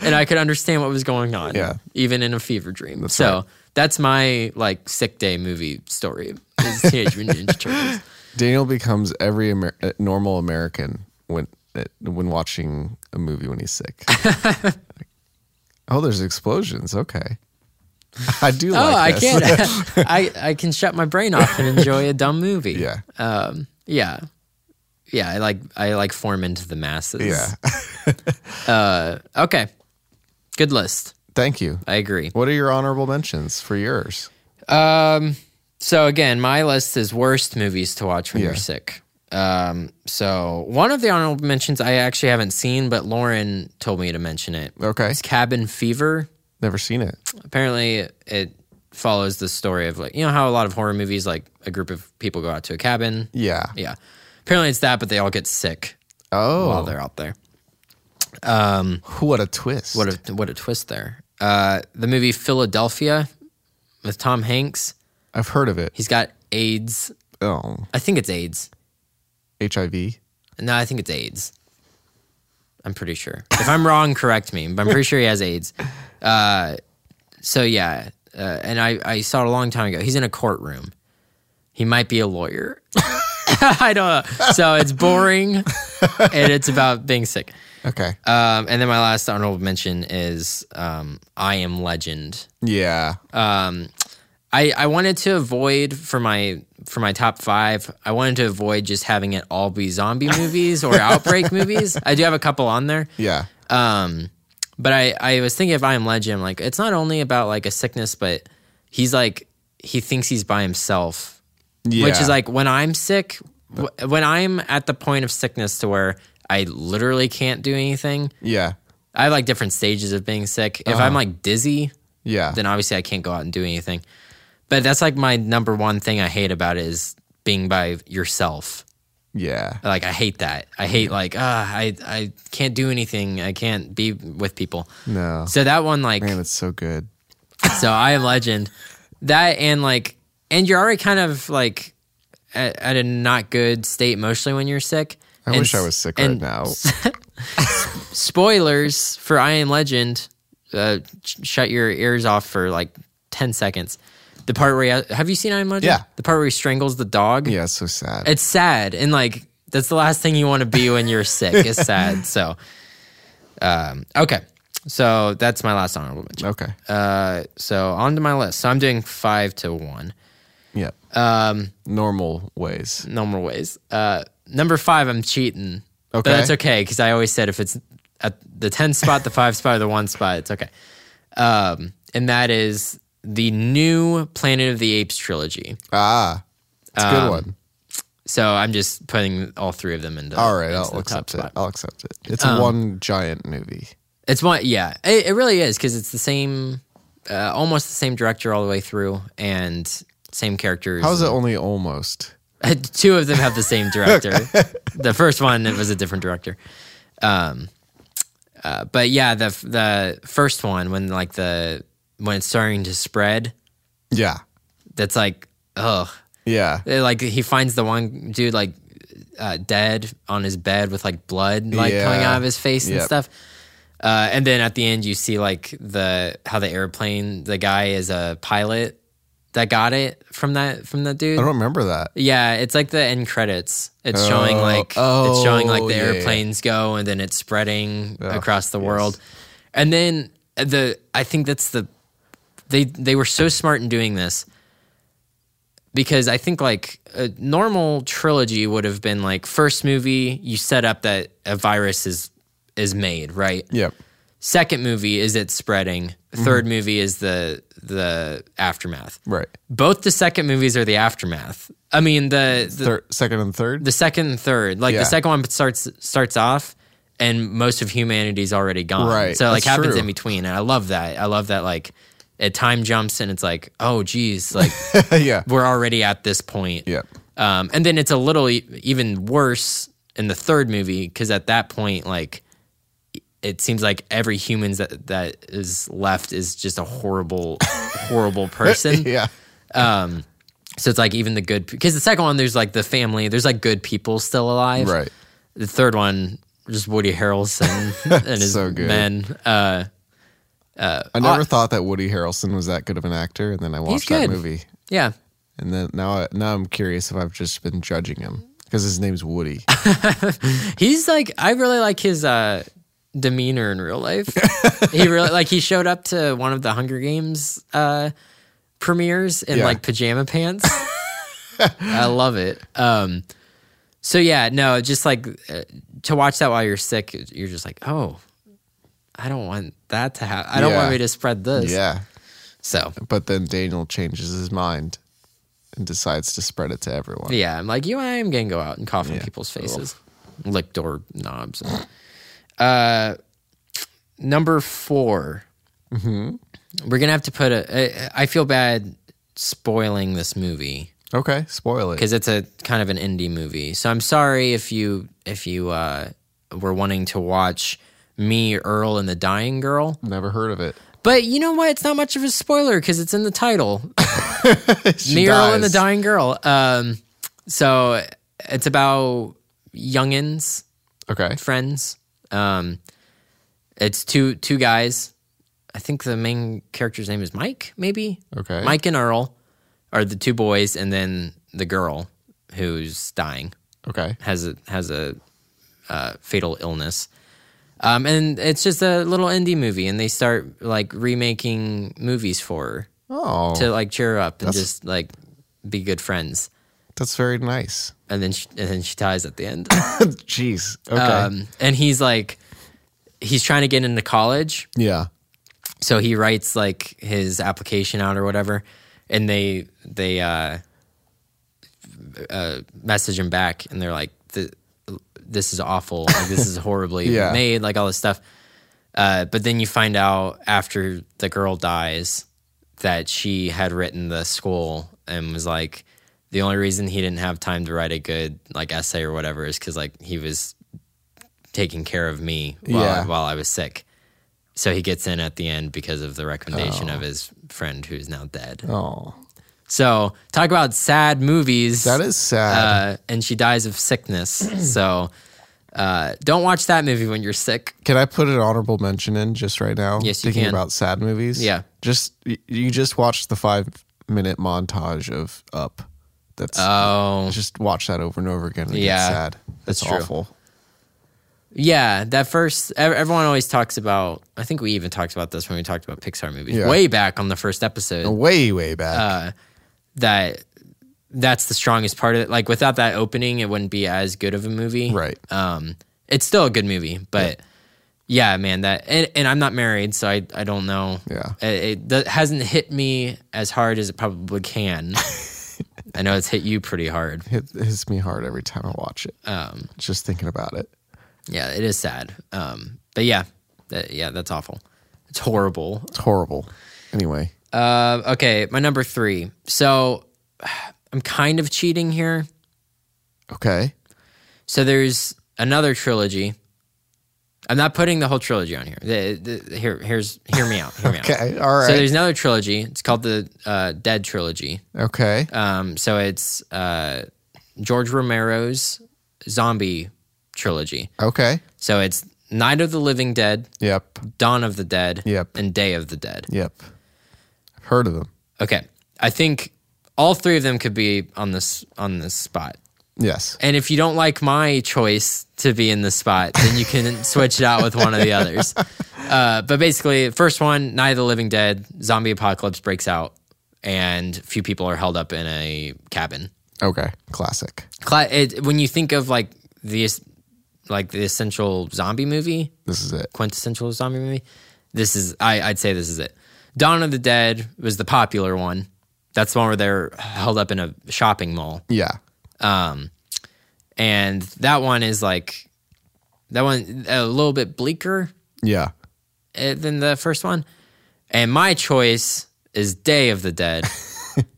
Speaker 2: and I could understand what was going on,
Speaker 1: Yeah.
Speaker 2: even in a fever dream. so that's my like sick day movie story.
Speaker 1: (laughs)
Speaker 2: Is Teenage Mutant Ninja Turtles?
Speaker 1: Daniel becomes every Amer- uh, normal American when uh, when watching a movie when he's
Speaker 2: (laughs)
Speaker 1: sick. oh, there's explosions. Okay. (laughs) I do
Speaker 2: Oh,
Speaker 1: like this.
Speaker 2: (laughs) I can, I I can shut my brain off and enjoy a dumb movie.
Speaker 1: (laughs) Yeah.
Speaker 2: um, yeah, yeah. I like I like form into the masses. Uh,
Speaker 1: Yeah. (laughs)
Speaker 2: Okay. Good list.
Speaker 1: Thank you.
Speaker 2: I agree.
Speaker 1: What are your honorable mentions for yours?
Speaker 2: Um, so again, my list is worst movies to watch when you're
Speaker 1: Yeah.
Speaker 2: sick. Um, so one of the honorable mentions I actually haven't seen, but Lauren told me to mention it.
Speaker 1: Okay.
Speaker 2: It's Cabin Fever.
Speaker 1: Never seen it.
Speaker 2: Apparently, it follows the story of like you know how a lot of horror movies like a group of people go out to a cabin.
Speaker 1: Yeah.
Speaker 2: Yeah. Apparently, it's that, but they all get sick while
Speaker 1: Oh,
Speaker 2: they're out there.
Speaker 1: what a twist.
Speaker 2: What a what a twist there. Uh, the movie Philadelphia with Tom Hanks.
Speaker 1: I've heard of it.
Speaker 2: He's got AIDS.
Speaker 1: Oh,
Speaker 2: I think it's AIDS.
Speaker 1: HIV.
Speaker 2: No, I think it's AIDS. I'm pretty sure. If I'm wrong, correct me. But I'm pretty sure he has AIDS. Uh, so yeah, uh, and I, I saw it a long time ago. He's in a courtroom. He might be a lawyer. (laughs) I don't know. So it's boring, and it's about being sick.
Speaker 1: Okay.
Speaker 2: Um, and then my last honorable mention is um, I Am Legend.
Speaker 1: yeah.
Speaker 2: Uh, I, I wanted to avoid for my for my top five. I wanted to avoid just having it all be zombie movies or outbreak movies. I do have a couple on there,
Speaker 1: yeah.
Speaker 2: um, but I I was thinking of I Am Legend. Like it's not only about like a sickness, but he's like he thinks he's by himself,
Speaker 1: Yeah.
Speaker 2: which is like when I'm sick, w- when I'm at the point of sickness to where I literally can't do anything.
Speaker 1: Yeah.
Speaker 2: I have like different stages of being sick. If I'm like dizzy,
Speaker 1: Yeah.
Speaker 2: then obviously I can't go out and do anything. But that's like my number one thing I hate about it is being by yourself.
Speaker 1: yeah.
Speaker 2: Like I hate that. I hate like ah, I I can't do anything. I can't be with people.
Speaker 1: No.
Speaker 2: So that one like
Speaker 1: Man, it's so good.
Speaker 2: (laughs) so I am legend. That and like and you're already kind of like at, at a not good state emotionally when you're sick.
Speaker 1: I
Speaker 2: And
Speaker 1: wish I
Speaker 2: s- (laughs)
Speaker 1: was sick
Speaker 2: and
Speaker 1: right now.
Speaker 2: spoilers for I Am Legend. Uh, sh- shut your ears off for like ten seconds. The part where he, have you seen I Am Legend?
Speaker 1: Yeah.
Speaker 2: The part where he strangles the dog.
Speaker 1: Yeah, it's so sad.
Speaker 2: It's sad and like
Speaker 1: (laughs)
Speaker 2: that's the last thing you want to be when you're sick. It's sad. So, um, okay. So that's my last honorable mention.
Speaker 1: Okay.
Speaker 2: Uh, so on to my list. So I'm doing five to one.
Speaker 1: Yeah.
Speaker 2: Um,
Speaker 1: Normal ways.
Speaker 2: no more ways. Uh, number five, I'm cheating. But
Speaker 1: Okay.
Speaker 2: that's okay because I always said if it's at the 10 spot, the five spot, or the one spot, it's okay. Um, and that is the new Planet of the Apes trilogy.
Speaker 1: Ah, it's a
Speaker 2: Um,
Speaker 1: good one.
Speaker 2: So I'm just putting all three of them into.
Speaker 1: All right,
Speaker 2: into the
Speaker 1: I'll
Speaker 2: top
Speaker 1: accept it.
Speaker 2: spot. Um,
Speaker 1: I'll accept it. It's one giant movie.
Speaker 2: It's one, yeah. It, it really is because it's the same, uh, almost the same director all the way through, and same characters.
Speaker 1: How's it only almost?
Speaker 2: (laughs) Two of them have the same
Speaker 1: (laughs)
Speaker 2: director. the first one it was a different director. Um, uh, but yeah, the f- the first one when like the when it's starting to spread,
Speaker 1: Yeah.
Speaker 2: that's like ugh.
Speaker 1: Yeah.
Speaker 2: It, like he finds the one dude like uh, dead on his bed with like blood like coming
Speaker 1: Yeah.
Speaker 2: out of his face and
Speaker 1: Yep.
Speaker 2: stuff. Uh, and then at the end, you see like the how the airplane the guy is a pilot that got it from that from that dude.
Speaker 1: I don't remember that.
Speaker 2: Yeah, it's like the end credits. It's showing
Speaker 1: Oh,
Speaker 2: like it's showing like
Speaker 1: oh,
Speaker 2: the
Speaker 1: yeah, yeah.
Speaker 2: airplanes go and then it's spreading across the world. And then the I think that's the they they were so smart in doing this because I think like a normal trilogy would have been like first movie you set up that a virus is is made, right?
Speaker 1: Yep.
Speaker 2: Second movie is it spreading.
Speaker 1: Mm-hmm.
Speaker 2: 3rd movie is the the aftermath
Speaker 1: Right.
Speaker 2: both the second movies are the aftermath. I mean the the,
Speaker 1: Thir- second and third.
Speaker 2: the second and third. Like
Speaker 1: Yeah.
Speaker 2: the second one starts starts off and most of humanity's already gone.
Speaker 1: Right,
Speaker 2: So it, like
Speaker 1: that's
Speaker 2: happens
Speaker 1: true.
Speaker 2: in between. And I love that. I love that like it time jumps and it's like, oh geez,
Speaker 1: (laughs)
Speaker 2: like
Speaker 1: (laughs) yeah.
Speaker 2: we're already at this point.
Speaker 1: Yep.
Speaker 2: Um, and then it's a little e- even worse in the third movie because at that point, like, it seems like every human that, that is left is just a horrible,
Speaker 1: (laughs)
Speaker 2: horrible person.
Speaker 1: Yeah.
Speaker 2: So it's like even the good because the second one there's like the family, there's like good people still alive.
Speaker 1: Right.
Speaker 2: The third one just
Speaker 1: (laughs)
Speaker 2: Woody Harrelson and his
Speaker 1: So good.
Speaker 2: men. Uh,
Speaker 1: I never thought that Woody Harrelson was that good of an actor, and then I watched that
Speaker 2: good.
Speaker 1: movie,
Speaker 2: yeah,
Speaker 1: and then now I, now I'm curious if I've just been judging him because his name's Woody.
Speaker 2: he's like I really like his uh, demeanor in
Speaker 1: (laughs)
Speaker 2: real life. he really like he showed up to one of the Hunger Games uh, premieres in
Speaker 1: Yeah.
Speaker 2: like
Speaker 1: (laughs)
Speaker 2: pajama pants. I love it. Um, so yeah, no, just like uh, to watch that while you're sick, you're just like, oh, I don't want that to happen. I don't want
Speaker 1: Yeah.
Speaker 2: me to spread this.
Speaker 1: yeah.
Speaker 2: So
Speaker 1: But then Daniel changes his mind and decides to spread it to everyone.
Speaker 2: yeah, I'm like, you and I am gonna go out and cough in people's
Speaker 1: Cool.
Speaker 2: faces, lick door knobs. (sighs) uh, number 4 Mm-hmm. We're gonna have to put a. I, I feel bad spoiling this movie.
Speaker 1: Okay, spoil it.
Speaker 2: because it's a kind of an indie movie. So I'm sorry if you if you uh, were wanting to watch me, Earl, and the Dying Girl.
Speaker 1: Never heard of it.
Speaker 2: But you know what? It's not much of a spoiler because it's in the title,
Speaker 1: She
Speaker 2: me, Earl, and the
Speaker 1: dies.
Speaker 2: Dying Girl. Um, so it's about youngins
Speaker 1: Okay.
Speaker 2: friends. Um, it's two two guys. I think the main character's name is Mike, maybe.
Speaker 1: Okay.
Speaker 2: Mike and Earl are the two boys, and then the girl who's dying
Speaker 1: Okay.
Speaker 2: has a has a uh, fatal illness. Um, and it's just a little indie movie, and they start like remaking movies for her
Speaker 1: Oh,
Speaker 2: to like cheer her up and just like be good friends.
Speaker 1: that's very nice. (laughs)
Speaker 2: And then she, and then she dies at the end.
Speaker 1: Jeez. Okay.
Speaker 2: Um, and he's like, he's trying to get into college,
Speaker 1: yeah.
Speaker 2: so he writes like his application out or whatever, and they they uh, uh, message him back, and they're like, "Th- "This is awful. Like, this is horribly
Speaker 1: Yeah.
Speaker 2: made. Like all this stuff." Uh, but then you find out after the girl dies that she had written the school and was like, the only reason he didn't have time to write a good like essay or whatever is because like he was taking care of me while,
Speaker 1: Yeah.
Speaker 2: while I was sick. So he gets in at the end because of the recommendation of his friend who's now dead.
Speaker 1: Oh,
Speaker 2: So talk about sad movies.
Speaker 1: that is sad.
Speaker 2: uh, and she dies of sickness. so uh, don't watch that movie when
Speaker 1: (clears throat)
Speaker 2: you're sick.
Speaker 1: Can I put an honorable mention in just right now?
Speaker 2: Yes, you
Speaker 1: Thinking
Speaker 2: can.
Speaker 1: about sad movies.
Speaker 2: Yeah.
Speaker 1: Just y- you just watched the five minute montage of Up. That's
Speaker 2: Oh,
Speaker 1: just watch that over and over again. And yeah.
Speaker 2: Yeah,
Speaker 1: Sad.
Speaker 2: that's
Speaker 1: It's
Speaker 2: true.
Speaker 1: awful.
Speaker 2: Yeah, that first ev- everyone always talks about. I think we even talked about this when we talked about Pixar movies
Speaker 1: Yeah. Oh.
Speaker 2: way back on the first episode.
Speaker 1: Way, way back.
Speaker 2: Uh, That that's the strongest part of it. Like without that opening, it wouldn't be as good of a movie.
Speaker 1: Right.
Speaker 2: Um, it's still a good movie, but yeah, man. That and, and I'm not married, so I I don't know.
Speaker 1: Yeah.
Speaker 2: it, it that hasn't hit me as hard as it
Speaker 1: (laughs)
Speaker 2: probably can. I know it's hit you pretty hard.
Speaker 1: Hit- hits me hard every time I watch it. Um, Just thinking about it.
Speaker 2: Yeah, it is sad. Um, but yeah, that, yeah, that's awful. It's horrible.
Speaker 1: It's horrible. Anyway,
Speaker 2: Uh, okay, my number three. So I'm kind of cheating here.
Speaker 1: okay.
Speaker 2: So there's another trilogy. I'm not putting the whole trilogy on here. The- the- here, here's hear me out.
Speaker 1: (laughs)
Speaker 2: Hear me out.
Speaker 1: Okay. All
Speaker 2: So
Speaker 1: right.
Speaker 2: there's another trilogy. It's called the uh, Dead trilogy.
Speaker 1: okay.
Speaker 2: Um, so it's uh, George Romero's zombie trilogy.
Speaker 1: Okay.
Speaker 2: So it's Night of the Living Dead,
Speaker 1: Yep.
Speaker 2: Dawn of the Dead,
Speaker 1: Yep.
Speaker 2: and Day of the Dead.
Speaker 1: Yep. Heard of them.
Speaker 2: Okay, I think all three of them could be on this on this spot.
Speaker 1: Yes.
Speaker 2: And if you don't like my choice to be in this spot, then you can switch it out with one of the others. Uh, but basically, first one, Night of the Living Dead, zombie apocalypse breaks out, and few people are held up in a cabin.
Speaker 1: Okay. Classic.
Speaker 2: Cla- it, when you think of like the es- like the essential zombie movie,
Speaker 1: This is it.
Speaker 2: quintessential zombie movie. This is I, I'd say this is it. Dawn of the Dead was the popular one. That's the one where they're held up in a shopping mall,
Speaker 1: Yeah.
Speaker 2: and that one is like that one a little bit bleaker
Speaker 1: Yeah.
Speaker 2: uh, than the first one. And my choice is Day of
Speaker 1: (laughs)
Speaker 2: the Dead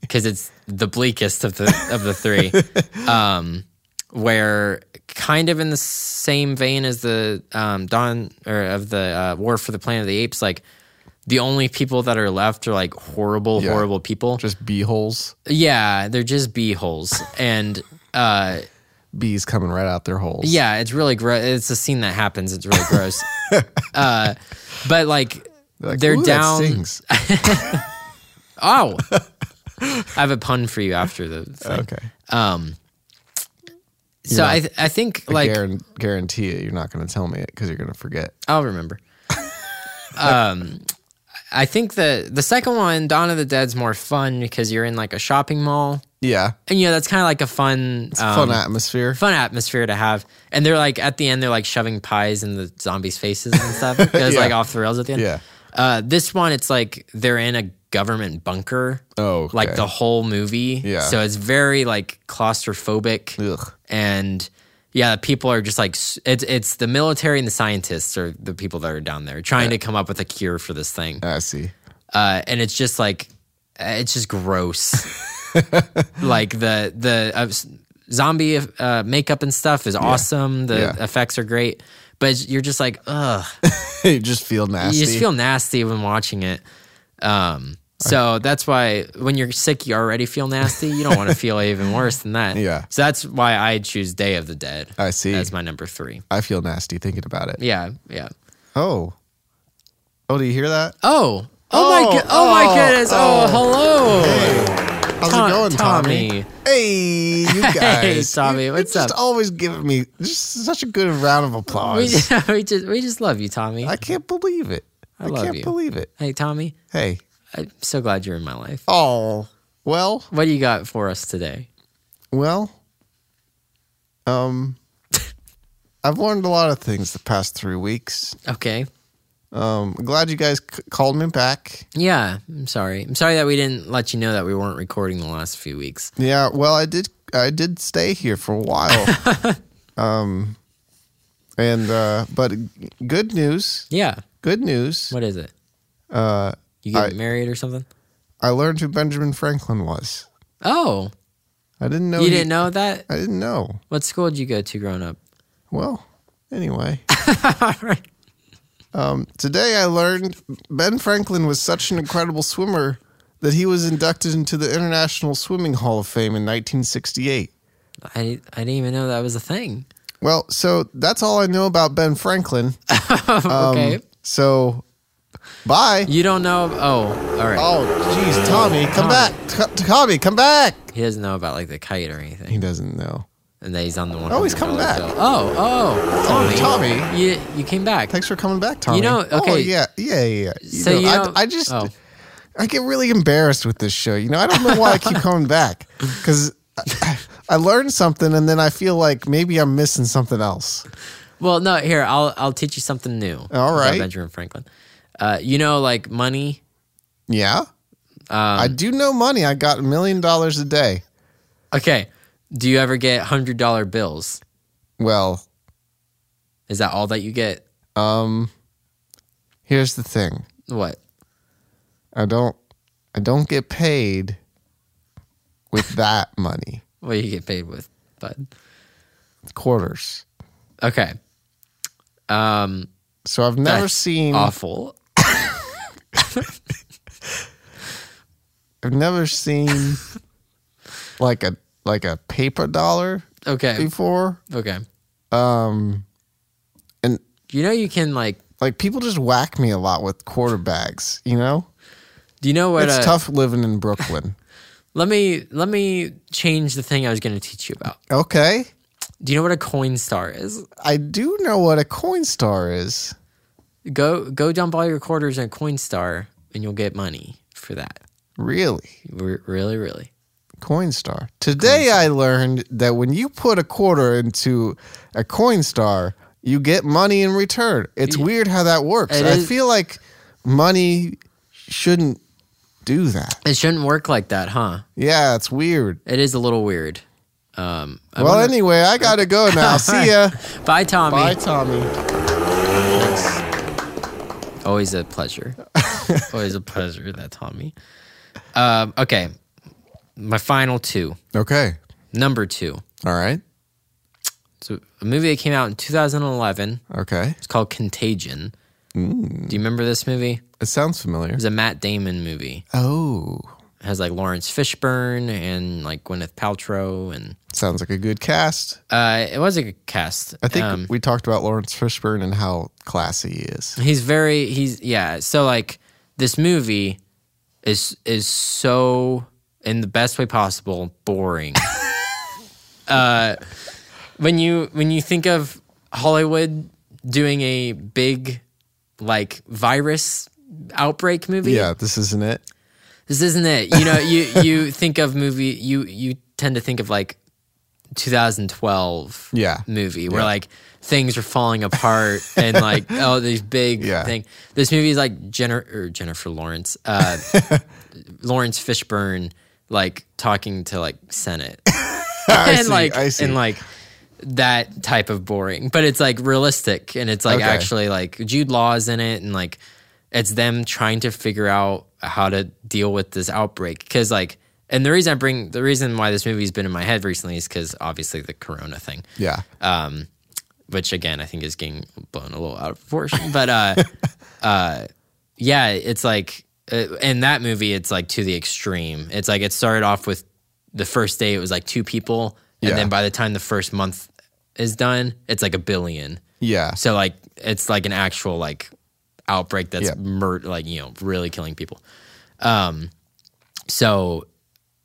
Speaker 2: because it's the bleakest of the of
Speaker 1: (laughs)
Speaker 2: the three. Um, where kind of in the same vein as the um, Dawn or of the uh, War for the Planet of the Apes, like the only people that are left are like horrible,
Speaker 1: Yeah.
Speaker 2: horrible people.
Speaker 1: Just bee holes.
Speaker 2: yeah, they're just
Speaker 1: (laughs)
Speaker 2: bee holes, and uh,
Speaker 1: Bees coming right out their holes.
Speaker 2: yeah, it's really gross. It's a scene that happens. It's really
Speaker 1: (laughs)
Speaker 2: gross. uh, but like,
Speaker 1: Like,
Speaker 2: they're
Speaker 1: "Ooh, that
Speaker 2: down. (laughs)
Speaker 1: stings."
Speaker 2: Oh, (laughs) I have a pun for you after the. Thing.
Speaker 1: Okay.
Speaker 2: so I, th- I think
Speaker 1: Like,
Speaker 2: like
Speaker 1: guarantee it. You're not going to tell me it because you're going to forget. (laughs)
Speaker 2: I'll remember. um, I think the the second one, Dawn of the Dead's more fun because you're in like a shopping mall,
Speaker 1: Yeah.
Speaker 2: and you know that's kind of like a fun um,
Speaker 1: Fun atmosphere.
Speaker 2: fun atmosphere to have. And they're like at the end, they're like shoving pies in the zombies' faces
Speaker 1: (laughs)
Speaker 2: and stuff. It was
Speaker 1: Yeah.
Speaker 2: like off the rails at the end.
Speaker 1: Yeah.
Speaker 2: Uh, this one, it's like they're in a government bunker.
Speaker 1: Oh, okay.
Speaker 2: Like the whole movie.
Speaker 1: Yeah.
Speaker 2: So it's very like claustrophobic.
Speaker 1: Ugh.
Speaker 2: And yeah, people are just like s- it's it's the military and the scientists are the people that are down there trying to come up with a cure for this thing.
Speaker 1: I see. (laughs)
Speaker 2: Uh, and it's just like uh, it's
Speaker 1: (laughs)
Speaker 2: just gross. like the the uh, s- zombie uh, makeup and stuff is awesome. The
Speaker 1: Yeah.
Speaker 2: effects are great, but you're just like ugh
Speaker 1: you just feel nasty.
Speaker 2: you just feel nasty when watching it. Um,
Speaker 1: Uh.
Speaker 2: so that's why when you're sick, you already feel nasty.
Speaker 1: (laughs)
Speaker 2: You don't want to feel even worse than that.
Speaker 1: Yeah.
Speaker 2: So that's why I choose Day of the Dead.
Speaker 1: I see.
Speaker 2: That's my number three.
Speaker 1: I feel nasty thinking about it.
Speaker 2: Yeah. Yeah.
Speaker 1: Oh. Oh, do you hear that?
Speaker 2: Oh. Oh, my.
Speaker 1: Oh,
Speaker 2: go- Oh my
Speaker 1: oh,
Speaker 2: goodness. Oh, hello.
Speaker 1: How's
Speaker 2: Tom-
Speaker 1: it going, Tommy?
Speaker 2: Tommy. (laughs)
Speaker 1: Hey, you guys.
Speaker 2: Tommy,
Speaker 1: You- you're
Speaker 2: what's
Speaker 1: just
Speaker 2: up?
Speaker 1: always giving me just such a good round of
Speaker 2: (laughs) We,
Speaker 1: applause.
Speaker 2: just, we just we just love you, Tommy.
Speaker 1: I can't believe it. I,
Speaker 2: love
Speaker 1: can't
Speaker 2: you.
Speaker 1: believe it.
Speaker 2: hey, Tommy.
Speaker 1: Hey.
Speaker 2: I'm so glad you're in my life.
Speaker 1: Oh. Well,
Speaker 2: What do you got for us today?
Speaker 1: well. (laughs) Um I've learned a lot of things the past 3 weeks.
Speaker 2: Okay.
Speaker 1: Um glad you guys c- called me back.
Speaker 2: Yeah. I'm sorry. I'm sorry that we didn't let you know that we weren't recording the last few weeks.
Speaker 1: Yeah, well, I did I did stay here for a while. um (laughs) and uh but good news.
Speaker 2: Yeah.
Speaker 1: Good news.
Speaker 2: What is it?
Speaker 1: Uh
Speaker 2: You
Speaker 1: I-
Speaker 2: get married or something?
Speaker 1: I learned who Benjamin Franklin was.
Speaker 2: Oh,
Speaker 1: I didn't know.
Speaker 2: you
Speaker 1: he-
Speaker 2: didn't know that?
Speaker 1: I didn't know.
Speaker 2: What school did you go to growing up? (laughs)
Speaker 1: Well, anyway. Um, today I learned Ben Franklin was such an incredible swimmer that he was inducted into the International Swimming Hall of Fame in 1968.
Speaker 2: I I didn't even know that was a thing. (laughs)
Speaker 1: Well, so that's all I know about Ben Franklin. Um,
Speaker 2: okay,
Speaker 1: So, bye.
Speaker 2: you don't know. Oh, all right.
Speaker 1: Oh, jeez, Tommy, come
Speaker 2: Tommy.
Speaker 1: back. T- Tommy, come back.
Speaker 2: He doesn't know about like the kite or anything.
Speaker 1: He doesn't know.
Speaker 2: and that he's on the one.
Speaker 1: Oh, he's coming back.
Speaker 2: Oh, oh, Tommy,
Speaker 1: Tommy.
Speaker 2: you you came back.
Speaker 1: Thanks for coming back, Tommy.
Speaker 2: know,
Speaker 1: Oh,
Speaker 2: okay.
Speaker 1: yeah, yeah, yeah. yeah. You
Speaker 2: So,
Speaker 1: know,
Speaker 2: you know-
Speaker 1: I, I just,
Speaker 2: oh.
Speaker 1: I get really embarrassed with this show. You know, I don't know why I keep coming back because I, I learned something and then I feel like maybe I'm missing something else.
Speaker 2: Well, no, here I'll I'll teach you something new.
Speaker 1: All
Speaker 2: about
Speaker 1: right.
Speaker 2: Benjamin Franklin. Uh, you know, like money.
Speaker 1: Yeah.
Speaker 2: Um,
Speaker 1: I do know money. I got a million dollars a day.
Speaker 2: Okay, do you ever get hundred dollar bills?
Speaker 1: Well,
Speaker 2: Is that all that you get?
Speaker 1: um, here's the thing.
Speaker 2: What?
Speaker 1: I don't I don't get paid with that money.
Speaker 2: What do you get paid with? But
Speaker 1: It's quarters.
Speaker 2: okay, um,
Speaker 1: So I've never
Speaker 2: That's
Speaker 1: seen
Speaker 2: awful.
Speaker 1: I've never
Speaker 2: (laughs)
Speaker 1: seen like a like a paper dollar
Speaker 2: Okay,
Speaker 1: before.
Speaker 2: okay.
Speaker 1: Um and
Speaker 2: You know you can like.
Speaker 1: like people just whack me a lot with quarter bags, you know?
Speaker 2: Do you know what?
Speaker 1: it's
Speaker 2: uh,
Speaker 1: tough living in
Speaker 2: (laughs)
Speaker 1: Brooklyn.
Speaker 2: Let me let me change the thing I was going to teach you about.
Speaker 1: okay.
Speaker 2: Do you know what a coin star is?
Speaker 1: I do know what a coin star is.
Speaker 2: Go go dump all your quarters in a coin star, and you'll get money for that.
Speaker 1: Really?
Speaker 2: R- really, really.
Speaker 1: Coinstar. Today I learned that when you put a quarter into a Coinstar, you get money in return. It's weird how that works.
Speaker 2: It
Speaker 1: I
Speaker 2: is-
Speaker 1: feel like money shouldn't do that.
Speaker 2: It shouldn't work like that, huh?
Speaker 1: Yeah, it's weird.
Speaker 2: It is a little weird. Um, I
Speaker 1: well,
Speaker 2: wonder-
Speaker 1: anyway, I gotta go
Speaker 2: (laughs)
Speaker 1: now. See ya.
Speaker 2: bye, Tommy.
Speaker 1: Bye, Tommy.
Speaker 2: Always
Speaker 1: (laughs)
Speaker 2: a pleasure. Always a pleasure, that Tommy. Um, okay, my final two.
Speaker 1: Okay.
Speaker 2: Number two.
Speaker 1: All right.
Speaker 2: It's a a movie that came out in 2011.
Speaker 1: Okay.
Speaker 2: It's called Contagion.
Speaker 1: Mm.
Speaker 2: Do you remember this movie?
Speaker 1: It sounds familiar.
Speaker 2: It was a Matt Damon movie.
Speaker 1: Oh,
Speaker 2: It has like Lawrence Fishburne and like Gwyneth Paltrow, and
Speaker 1: sounds like a good cast.
Speaker 2: uh, it was a good cast.
Speaker 1: I think
Speaker 2: Um,
Speaker 1: we talked about Lawrence Fishburne and how classy he is.
Speaker 2: he's very he's yeah. So like this movie is is so in the best way possible
Speaker 1: (laughs)
Speaker 2: boring. uh, when you when you think of Hollywood doing a big like virus outbreak movie,
Speaker 1: Yeah, this isn't it.
Speaker 2: this isn't it. You know, you (laughs) you think of movie you you tend to think of like 2012
Speaker 1: Yeah.
Speaker 2: movie where like things are
Speaker 1: (laughs)
Speaker 2: falling apart and like oh these big
Speaker 1: Yeah.
Speaker 2: thing. This movie is like Jennifer or Jennifer Lawrence,
Speaker 1: (laughs)
Speaker 2: uh, Lawrence Fishburne like talking to like Senate (laughs) (laughs) and
Speaker 1: see,
Speaker 2: like
Speaker 1: I see.
Speaker 2: and like that type of boring, but it's like realistic and it's like
Speaker 1: Okay.
Speaker 2: actually like Jude Law is in it and like it's them trying to figure out how to deal with this outbreak because like and the reason I bring the reason why this movie's been in my head recently is because obviously the Corona thing,
Speaker 1: Yeah.
Speaker 2: um, which again I think is getting blown a little out of proportion, but uh, uh, yeah, it's like uh, in that movie it's like to the extreme. It's like it started off with the first day it was like two people, and
Speaker 1: Yeah.
Speaker 2: then by the time the first month is done, it's like a billion.
Speaker 1: Yeah.
Speaker 2: So like it's like an actual like outbreak that's
Speaker 1: Yeah.
Speaker 2: mur- like you know really killing people. Um, so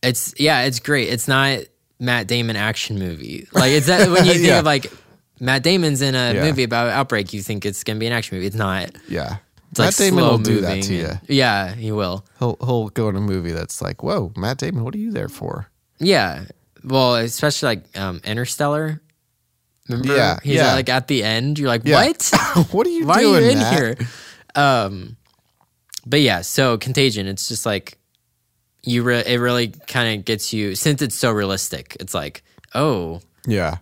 Speaker 2: it's yeah, it's great. It's not Matt Damon action movie. Like it's that
Speaker 1: (laughs)
Speaker 2: when you think
Speaker 1: Yeah.
Speaker 2: of like Matt Damon's in a
Speaker 1: Yeah.
Speaker 2: movie about outbreak, you think it's gonna be an action movie. It's not. It's
Speaker 1: Yeah.
Speaker 2: like
Speaker 1: Matt Damon will do that
Speaker 2: slow-moving
Speaker 1: to you.
Speaker 2: and- Yeah, he will.
Speaker 1: He'll he'll go in a movie that's like, whoa, Matt Damon, what are you there for? (laughs)
Speaker 2: Yeah. Well, especially like um, Interstellar. Remember?
Speaker 1: Yeah,
Speaker 2: He's
Speaker 1: yeah.
Speaker 2: like at the end. You're like,
Speaker 1: Yeah. (laughs)
Speaker 2: what?
Speaker 1: what are you
Speaker 2: (laughs) Why
Speaker 1: doing
Speaker 2: are you in
Speaker 1: Matt?
Speaker 2: here? Um, but yeah, so Contagion. It's just like you. Re- it really kind of gets you since it's so realistic. It's like oh,
Speaker 1: Yeah.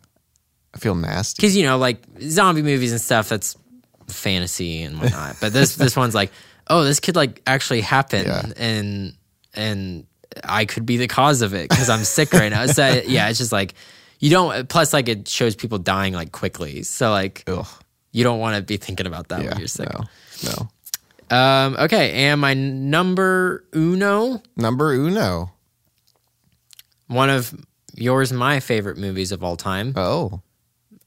Speaker 1: I feel nasty.
Speaker 2: because you know, like zombie movies and stuff. That's fantasy and whatnot. but this this one's like oh, this could like actually happen,
Speaker 1: Yeah.
Speaker 2: and and I could be the cause of it because I'm sick right now.
Speaker 1: (laughs)
Speaker 2: So yeah, it's just like you don't. Plus, like it shows people dying like quickly. So like.
Speaker 1: Ugh.
Speaker 2: You don't want to be thinking about that
Speaker 1: Yeah.
Speaker 2: when Oh, you're sick.
Speaker 1: No. No.
Speaker 2: Um, okay, and my number uno,
Speaker 1: Number uno.
Speaker 2: one of yours, and my favorite movies of all time,
Speaker 1: Oh.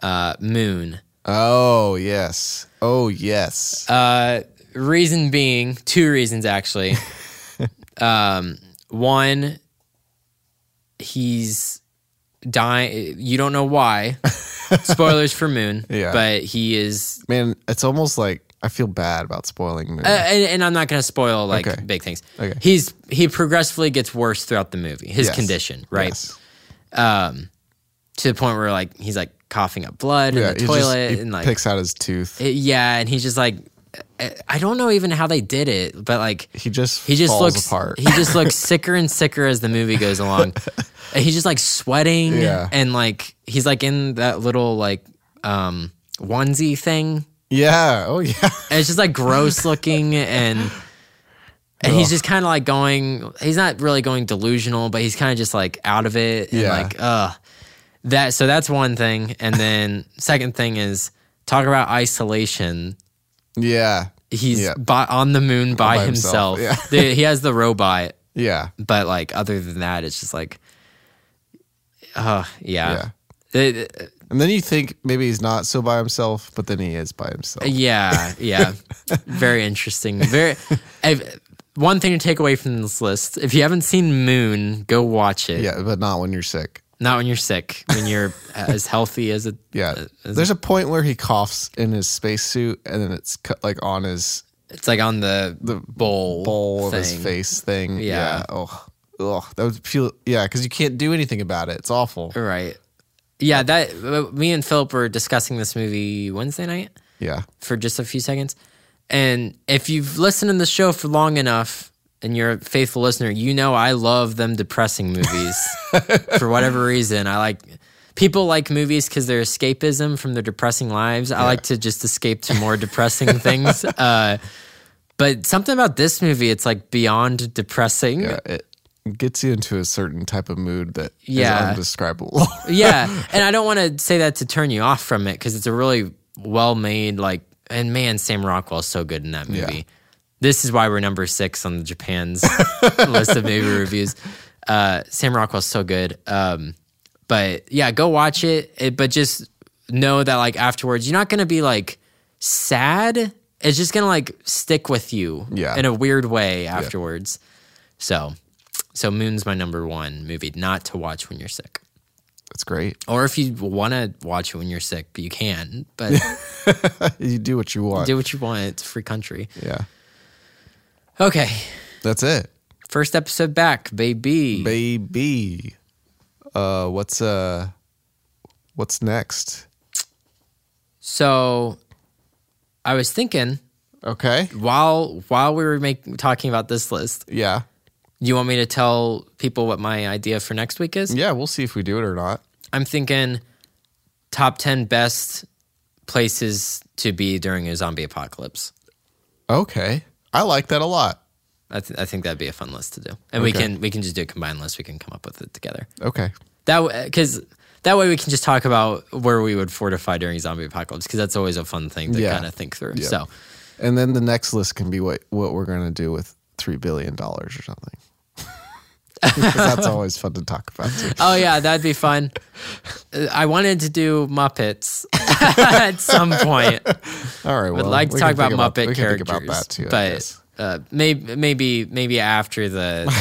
Speaker 2: uh, Moon.
Speaker 1: Oh yes. Oh yes.
Speaker 2: Uh, reason being, two
Speaker 1: (laughs)
Speaker 2: reasons actually. um, one, he's dying. You don't
Speaker 1: (laughs)
Speaker 2: know why. Spoilers for Moon.
Speaker 1: Yeah.
Speaker 2: But he is,
Speaker 1: Man, it's almost like I feel bad about spoiling movies.
Speaker 2: uh, and, and I'm not going to spoil like
Speaker 1: Okay.
Speaker 2: big things.
Speaker 1: Okay.
Speaker 2: He's he progressively gets worse throughout the movie. His
Speaker 1: Yes.
Speaker 2: condition, right,
Speaker 1: Yes.
Speaker 2: to the point where like he's like coughing up blood
Speaker 1: Yeah,
Speaker 2: in
Speaker 1: he
Speaker 2: the
Speaker 1: just-
Speaker 2: toilet
Speaker 1: he
Speaker 2: and like
Speaker 1: picks out his tooth.
Speaker 2: it- yeah, and he's just like, I I don't know even how they did it, but like
Speaker 1: he just
Speaker 2: he just
Speaker 1: falls
Speaker 2: looks
Speaker 1: apart.
Speaker 2: he
Speaker 1: (laughs)
Speaker 2: just looks sicker and sicker as the movie goes along. and he's just like sweating
Speaker 1: Yeah.
Speaker 2: and like he's like in that little like um onesie thing.
Speaker 1: yeah. Oh yeah. (laughs)
Speaker 2: And it's just like (laughs) gross looking and and he's just kind of like going he's not really going delusional, but he's kind of just like out of it and
Speaker 1: Yeah.
Speaker 2: like uh that so that's one thing and then (laughs) second thing is talk about isolation
Speaker 1: Yeah.
Speaker 2: he's
Speaker 1: Yeah.
Speaker 2: bo- on the moon by,
Speaker 1: by himself,
Speaker 2: himself. (laughs) The- he has the robot,
Speaker 1: Yeah.
Speaker 2: but like other than that, it's just like, uh, yeah, yeah,
Speaker 1: And then you think maybe he's not so by himself, but then he is by himself.
Speaker 2: Uh, yeah,
Speaker 1: (laughs)
Speaker 2: yeah. very interesting. Very. I've, one thing to take away from this list: if you haven't seen Moon, go watch it.
Speaker 1: Yeah, but not when you're sick.
Speaker 2: Not when you're sick,
Speaker 1: (laughs)
Speaker 2: when you're as healthy as a
Speaker 1: Yeah. There's a point where he coughs in his spacesuit and then it's cut like on his
Speaker 2: It's like on the the bowl
Speaker 1: bowl of his
Speaker 2: thing.
Speaker 1: face thing.
Speaker 2: Yeah.
Speaker 1: Oh. Ugh. That would feel yeah, because you can't do anything about it. It's awful.
Speaker 2: Right. Yeah, that uh, me and Philip were discussing this movie Wednesday night.
Speaker 1: Yeah.
Speaker 2: for just a few seconds. And if you've listened to the show for long enough and you're a faithful listener, you know I love them depressing movies for whatever reason. I like people like movies because they're escapism from their depressing lives. I like to just escape to more depressing things. Uh, but something about this movie, it's like beyond depressing.
Speaker 1: Yeah. It gets you into a certain type of mood that is
Speaker 2: Yeah.
Speaker 1: undescribable. (laughs)
Speaker 2: (laughs) yeah and i don't want to say that to turn you off from it because it's a really well made like and man sam rockwell's so good in that movie
Speaker 1: Yeah.
Speaker 2: this is why we're number six on the
Speaker 1: (laughs)
Speaker 2: japan's list of movie reviews uh, sam rockwell's so good um, but yeah go watch it, it but just know that like afterwards you're not gonna be like sad it's just gonna like stick with you
Speaker 1: Yeah.
Speaker 2: in a weird way afterwards so so moon's my number one movie not to watch when you're sick
Speaker 1: That's great. (laughs)
Speaker 2: or if you want to watch it when you're sick, but you can.
Speaker 1: (laughs)
Speaker 2: But
Speaker 1: You do what you want.
Speaker 2: do what you want. It's a free country.
Speaker 1: yeah.
Speaker 2: Okay,
Speaker 1: That's it.
Speaker 2: first episode back, baby.
Speaker 1: Baby. Uh what's uh what's next?
Speaker 2: so, I was thinking
Speaker 1: Okay.
Speaker 2: while while we were make, talking about this list,
Speaker 1: Yeah.
Speaker 2: you want me to tell people what my idea for next week is?
Speaker 1: Yeah, we'll see if we do it or not.
Speaker 2: I'm thinking top ten best places to be during a zombie apocalypse.
Speaker 1: Okay. I like that a lot.
Speaker 2: I, th- I think that'd be a fun list to do, and we
Speaker 1: Okay.
Speaker 2: can we can just do a combined list. We can come up with it together.
Speaker 1: Okay.
Speaker 2: That because that way we can just talk about where we would fortify during zombie apocalypse because that's always a fun thing to
Speaker 1: Yeah.
Speaker 2: kind of think through. So
Speaker 1: And then the next list can be what what we're gonna do with three billion dollars or something. (laughs) 'Cause that's always fun to talk about too.
Speaker 2: oh yeah, that'd be fun. Uh, I wanted to do Muppets (laughs) at some point.
Speaker 1: All right. Well,
Speaker 2: I'd like to
Speaker 1: we
Speaker 2: talk
Speaker 1: can
Speaker 2: about
Speaker 1: think
Speaker 2: Muppet
Speaker 1: we can
Speaker 2: characters,
Speaker 1: think about that too. I
Speaker 2: but
Speaker 1: guess.
Speaker 2: uh, maybe maybe maybe
Speaker 1: (laughs)
Speaker 2: after the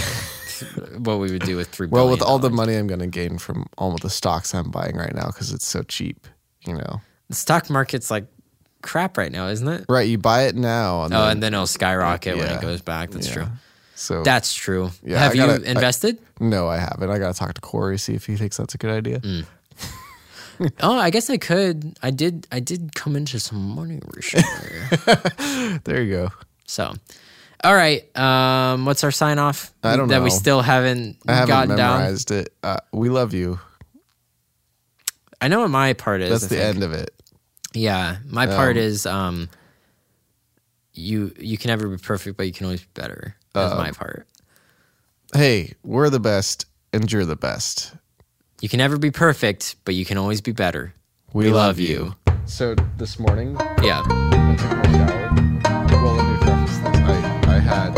Speaker 2: what we would do with three.
Speaker 1: well, with all the
Speaker 2: billion
Speaker 1: money I'm gonna gain from all of the stocks I'm buying right now because it's so cheap, you know.
Speaker 2: the stock market's like crap right now, isn't it?
Speaker 1: Right. You buy it now, and
Speaker 2: Oh,
Speaker 1: then,
Speaker 2: and then it'll skyrocket when
Speaker 1: Yeah.
Speaker 2: it goes back. That's true.
Speaker 1: so
Speaker 2: That's true.
Speaker 1: Yeah,
Speaker 2: Have
Speaker 1: I gotta-
Speaker 2: you
Speaker 1: I-
Speaker 2: invested?
Speaker 1: no, I haven't. I gotta talk to Corey see if he thinks that's a good idea.
Speaker 2: Hmm. Oh, I guess I could. I did. I did come into some money recently.
Speaker 1: (laughs) There you go.
Speaker 2: so, all right. Um, what's our sign off?
Speaker 1: I don't
Speaker 2: that we
Speaker 1: know.
Speaker 2: still haven't,
Speaker 1: I haven't
Speaker 2: gotten down.
Speaker 1: memorized it. Uh, we love you.
Speaker 2: I know what my part is.
Speaker 1: That's
Speaker 2: I
Speaker 1: the
Speaker 2: think.
Speaker 1: end of it.
Speaker 2: Yeah, my part is um, you you can never be perfect, but you can always be better. That's
Speaker 1: Oh.
Speaker 2: my part.
Speaker 1: Hey, we're the best, and you're the best.
Speaker 2: You can never be perfect, but you can always be better.
Speaker 1: We,
Speaker 2: love you.
Speaker 1: So this morning, I
Speaker 2: Yeah.
Speaker 1: took my shower. Well, let me preface this. I, I had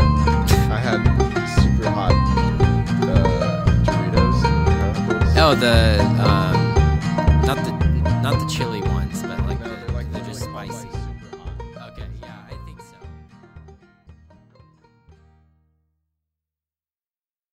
Speaker 1: I had super hot uh, Doritos.
Speaker 2: Oh, the um, not the not the chili.